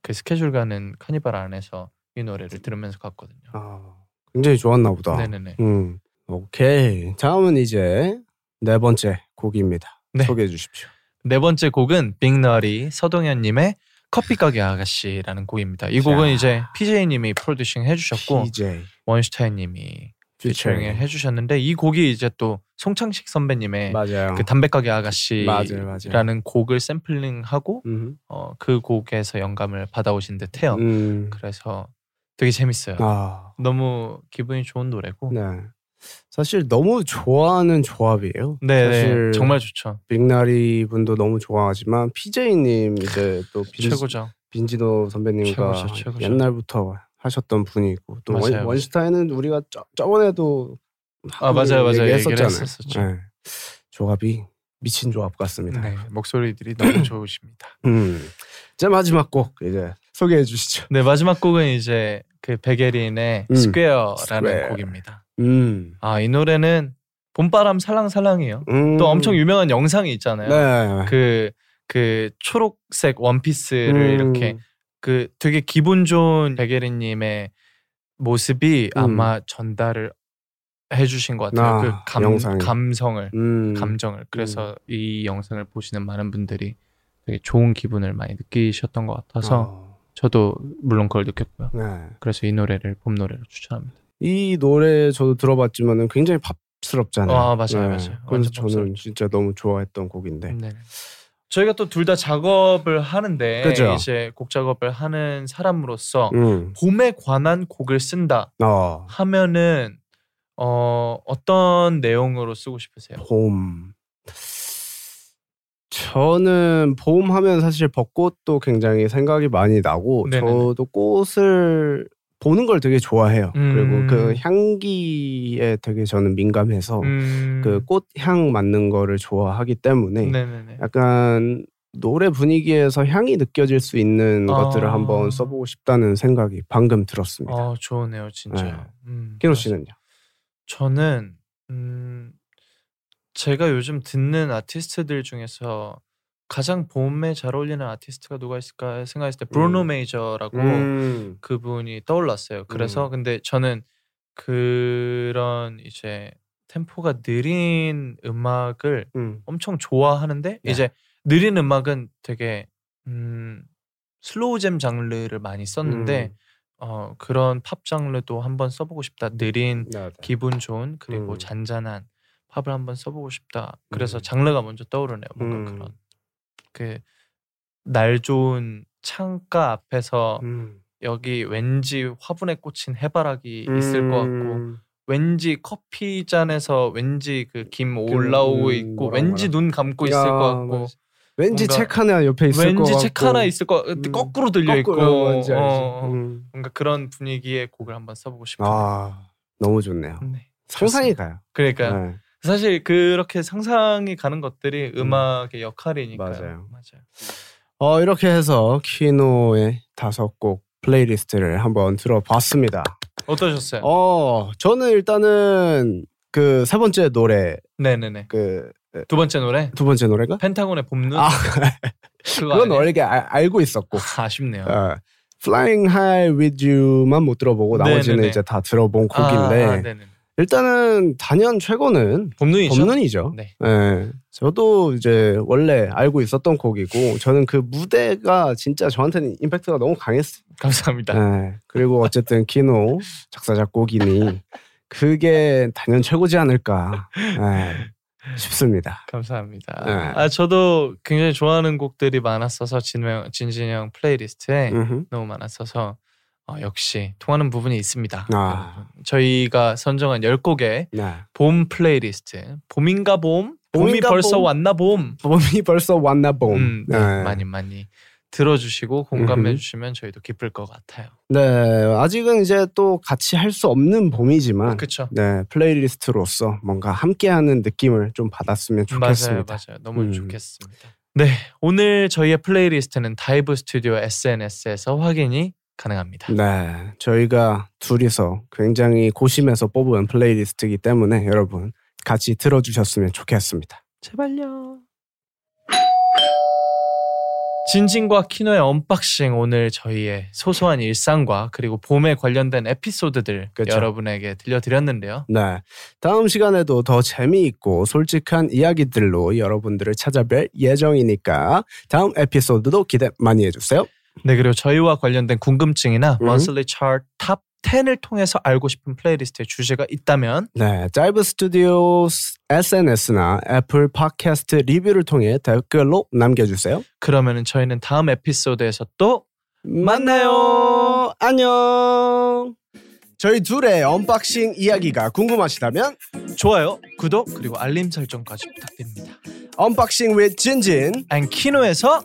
Speaker 4: 그 스케줄 가는 카니발 안에서 이 노래를 들으면서 갔거든요.
Speaker 3: 아. 굉장히 좋았나 보다.
Speaker 4: 네네네.
Speaker 3: 음. 오케이. 다음은 이제 네 번째 곡입니다.
Speaker 4: 네.
Speaker 3: 소개해 주십시오.
Speaker 4: 네 번째 곡은 빅너리 서동현님의 커피 가게 아가씨라는 곡입니다. 이 곡은
Speaker 3: 자.
Speaker 4: 이제 PJ님이 프로듀싱 해주셨고
Speaker 3: PJ
Speaker 4: 원슈타인님이 피처링을
Speaker 3: 퓨처링.
Speaker 4: 해주셨는데 이 곡이 이제 또 송창식 선배님의
Speaker 3: 맞아요.
Speaker 4: 그 담배 가게 아가씨라는
Speaker 3: 맞아요, 맞아요.
Speaker 4: 곡을 샘플링하고
Speaker 3: 음.
Speaker 4: 어, 그 곡에서 영감을 받아오신 듯해요.
Speaker 3: 음.
Speaker 4: 어, 그래서 되게 재밌어요.
Speaker 3: 아.
Speaker 4: 너무 기분이 좋은 노래고.
Speaker 3: 네. 사실 너무 좋아하는 조합이에요.
Speaker 4: 네, 네,
Speaker 3: 사실
Speaker 4: 정말 좋죠.
Speaker 3: 빅나리 분도 너무 좋아하지만 PJ님 이제 또 빈,
Speaker 4: 최고죠.
Speaker 3: 빈지노 선배님과
Speaker 4: 최고죠, 최고죠.
Speaker 3: 옛날부터 하셨던 분이고 또
Speaker 4: 맞아요, 맞아요.
Speaker 3: 원, 스타인은 우리가 저, 저번에도
Speaker 4: 아 맞아요, 맞아요. 얘기를
Speaker 3: 얘기했었잖아요.
Speaker 4: 했었죠.
Speaker 3: 네. 조합이 미친 조합 같습니다.
Speaker 4: 네, 목소리들이 너무 좋으십니다.
Speaker 3: 음. 이제 마지막 곡 이제 소개해 주시죠.
Speaker 4: 네 마지막 곡은 이제 그 베게린의
Speaker 3: 음,
Speaker 4: 스퀘어라는
Speaker 3: 스퀘어.
Speaker 4: 곡입니다.
Speaker 3: 음.
Speaker 4: 아 이 노래는 봄바람 살랑살랑이에요.
Speaker 3: 음.
Speaker 4: 또 엄청 유명한 영상이 있잖아요.
Speaker 3: 네.
Speaker 4: 그 그 초록색 원피스를
Speaker 3: 음.
Speaker 4: 이렇게 그 되게 기분 좋은 베게린님의 모습이
Speaker 3: 음.
Speaker 4: 아마 전달을 해주신 것 같아요.
Speaker 3: 아,
Speaker 4: 그 감,
Speaker 3: 영상이.
Speaker 4: 감성을
Speaker 3: 음.
Speaker 4: 감정을 그래서 이 영상을 보시는 많은 분들이 되게 좋은 기분을 많이 느끼셨던 것 같아서
Speaker 3: 어.
Speaker 4: 저도 물론 그걸 느꼈고요.
Speaker 3: 네.
Speaker 4: 그래서 이 노래를 봄 노래로 추천합니다.
Speaker 3: 이 노래 저도 들어봤지만은 굉장히 팝스럽잖아요. 네.
Speaker 4: 아, 맞아요, 맞아요.
Speaker 3: 그래서
Speaker 4: 완전
Speaker 3: 저는
Speaker 4: 팝스럽죠.
Speaker 3: 진짜 너무 좋아했던 곡인데.
Speaker 4: 네. 저희가 또 둘 다 작업을 하는데
Speaker 3: 그죠.
Speaker 4: 이제 곡 작업을 하는 사람으로서
Speaker 3: 음.
Speaker 4: 봄에 관한 곡을 쓴다
Speaker 3: 어.
Speaker 4: 하면은 어, 어떤 내용으로 쓰고 싶으세요?
Speaker 3: 봄. 저는 봄 하면 사실 벚꽃도 굉장히 생각이 많이 나고
Speaker 4: 네네네.
Speaker 3: 저도 꽃을 보는 걸 되게 좋아해요.
Speaker 4: 음.
Speaker 3: 그리고 그 향기에 되게 저는 민감해서
Speaker 4: 음,
Speaker 3: 그 꽃 향 맡는 거를 좋아하기 때문에
Speaker 4: 네네네.
Speaker 3: 약간 노래 분위기에서 향이 느껴질 수 있는
Speaker 4: 아.
Speaker 3: 것들을 한번 써보고 싶다는 생각이 방금 들었습니다.
Speaker 4: 어, 좋으네요, 진짜.
Speaker 3: 네.
Speaker 4: 음,
Speaker 3: 키노 씨는요?
Speaker 4: 저는 음, 제가 요즘 듣는 아티스트들 중에서 가장 봄에 잘 어울리는 아티스트가 누가 있을까 생각했을 때 브루노
Speaker 3: 음.
Speaker 4: 메이저라고
Speaker 3: 음.
Speaker 4: 그분이 떠올랐어요. 그래서 근데 저는 그런 이제 템포가 느린 음악을
Speaker 3: 음.
Speaker 4: 엄청 좋아하는데
Speaker 3: 네.
Speaker 4: 이제 느린 음악은 되게 음, 슬로우 잼 장르를 많이
Speaker 3: 음.
Speaker 4: 썼는데 어, 그런 팝 장르도 한번 써보고 싶다. 느린
Speaker 3: 음. 네, 네.
Speaker 4: 기분 좋은 그리고
Speaker 3: 음.
Speaker 4: 잔잔한 팝을 한번 써보고 싶다. 그래서
Speaker 3: 음.
Speaker 4: 장르가 먼저 떠오르네요. 뭔가
Speaker 3: 음.
Speaker 4: 그런 그 날 좋은 창가 앞에서
Speaker 3: 음.
Speaker 4: 여기 왠지 화분에 꽂힌 해바라기 있을 것 같고
Speaker 3: 음.
Speaker 4: 왠지 커피 잔에서 왠지 그 김 올라오고
Speaker 3: 음,
Speaker 4: 있고
Speaker 3: 뭐라
Speaker 4: 왠지 눈 감고 있을
Speaker 3: 야,
Speaker 4: 것 같고
Speaker 3: 맞아. 왠지
Speaker 4: 뭔가
Speaker 3: 책 하나 옆에 있을 것
Speaker 4: 왠지
Speaker 3: 같고
Speaker 4: 책 하나 있을 것 같고
Speaker 3: 음.
Speaker 4: 거꾸로 들려 있고
Speaker 3: 거꾸로 뭔지 알지.
Speaker 4: 어, 어.
Speaker 3: 음.
Speaker 4: 뭔가 그런 분위기의 곡을 한번 써보고 싶어요.
Speaker 3: 아 너무 좋네요.
Speaker 4: 네.
Speaker 3: 상상이
Speaker 4: 좋습니다.
Speaker 3: 가요.
Speaker 4: 그러니까
Speaker 3: 네.
Speaker 4: 사실 그렇게 상상이 가는 것들이 음악의 역할이니까요.
Speaker 3: 맞아요.
Speaker 4: 맞아요.
Speaker 3: 어, 이렇게 해서 키노의 다섯 곡 플레이리스트를 한번 들어봤습니다.
Speaker 4: 어떠셨어요?
Speaker 3: 어 저는 일단은 그 세 번째 노래
Speaker 4: 네네네.
Speaker 3: 그 두
Speaker 4: 두 번째 노래
Speaker 3: 번째 노래가
Speaker 4: 펜타곤의 봄눈
Speaker 3: 아
Speaker 4: 그거
Speaker 3: 그건
Speaker 4: 아니에요?
Speaker 3: 원래 알, 알고 있었고
Speaker 4: 아, 아쉽네요.
Speaker 3: 어, Flying High with You만 못 들어보고 나머지는
Speaker 4: 네네네.
Speaker 3: 이제 다 들어본 곡인데
Speaker 4: 아, 아, 네네.
Speaker 3: 일단은 단연 최고는
Speaker 4: 봄눈이죠.
Speaker 3: 법문이죠.
Speaker 4: 네.
Speaker 3: 예. 저도 이제 원래 알고 있었던 곡이고 저는 그 무대가 진짜 저한테는 임팩트가 너무 강했어요.
Speaker 4: 감사합니다.
Speaker 3: 예. 그리고 어쨌든 키노 작사 작곡이니 그게 단연 최고지 않을까 예. 싶습니다.
Speaker 4: 감사합니다.
Speaker 3: 네.
Speaker 4: 아 저도 굉장히 좋아하는 곡들이 많았어서 진명 진진 형 플레이리스트에
Speaker 3: 음흠.
Speaker 4: 너무 많았어서 어, 역시 통하는 부분이 있습니다.
Speaker 3: 아.
Speaker 4: 여러분. 저희가 선정한 10곡의
Speaker 3: 네.
Speaker 4: 봄 플레이리스트. 봄인가 봄? 봄이
Speaker 3: 봄인가
Speaker 4: 벌써
Speaker 3: 봄?
Speaker 4: 왔나 봄?
Speaker 3: 봄이 벌써 왔나 봄.
Speaker 4: 음, 네,
Speaker 3: 예.
Speaker 4: 많이 많이 들어주시고 공감해
Speaker 3: 음흠.
Speaker 4: 주시면 저희도 기쁠 것 같아요.
Speaker 3: 네, 아직은 이제 또 같이 할 수 없는 봄이지만
Speaker 4: 그렇죠.
Speaker 3: 네, 플레이리스트로서 뭔가 함께하는 느낌을 좀 받았으면
Speaker 4: 맞아요,
Speaker 3: 좋겠습니다.
Speaker 4: 맞아요. 너무
Speaker 3: 음.
Speaker 4: 좋겠습니다. 네, 오늘 저희의 플레이리스트는 다이브 스튜디오 SNS에서 확인이 가능합니다.
Speaker 3: 네, 저희가 둘이서 굉장히 고심해서 뽑은 플레이리스트이기 때문에 여러분 같이 들어주셨으면 좋겠습니다.
Speaker 4: 제발요. 진진과 키노의 언박싱 오늘 저희의 소소한 일상과 그리고 봄에 관련된 에피소드들
Speaker 3: 그쵸.
Speaker 4: 여러분에게 들려드렸는데요.
Speaker 3: 네, 다음 시간에도 더 재미있고 솔직한 이야기들로 여러분들을 찾아뵐 예정이니까 다음 에피소드도 기대 많이 해주세요.
Speaker 4: 네 그리고 저희와 관련된 궁금증이나
Speaker 3: 음.
Speaker 4: monthly chart top 10을 통해서 알고 싶은 플레이리스트의 주제가 있다면
Speaker 3: 네, 자이브 스튜디오 SNS나 애플 팟캐스트 리뷰를 통해 댓글로 남겨주세요.
Speaker 4: 그러면은 저희는 다음 에피소드에서 또
Speaker 3: 만나요. 안녕. 저희 둘의 언박싱 이야기가 궁금하시다면
Speaker 4: 좋아요, 구독 그리고 알림 설정까지 부탁드립니다.
Speaker 3: 언박싱 with 진진.
Speaker 4: 안 키노에서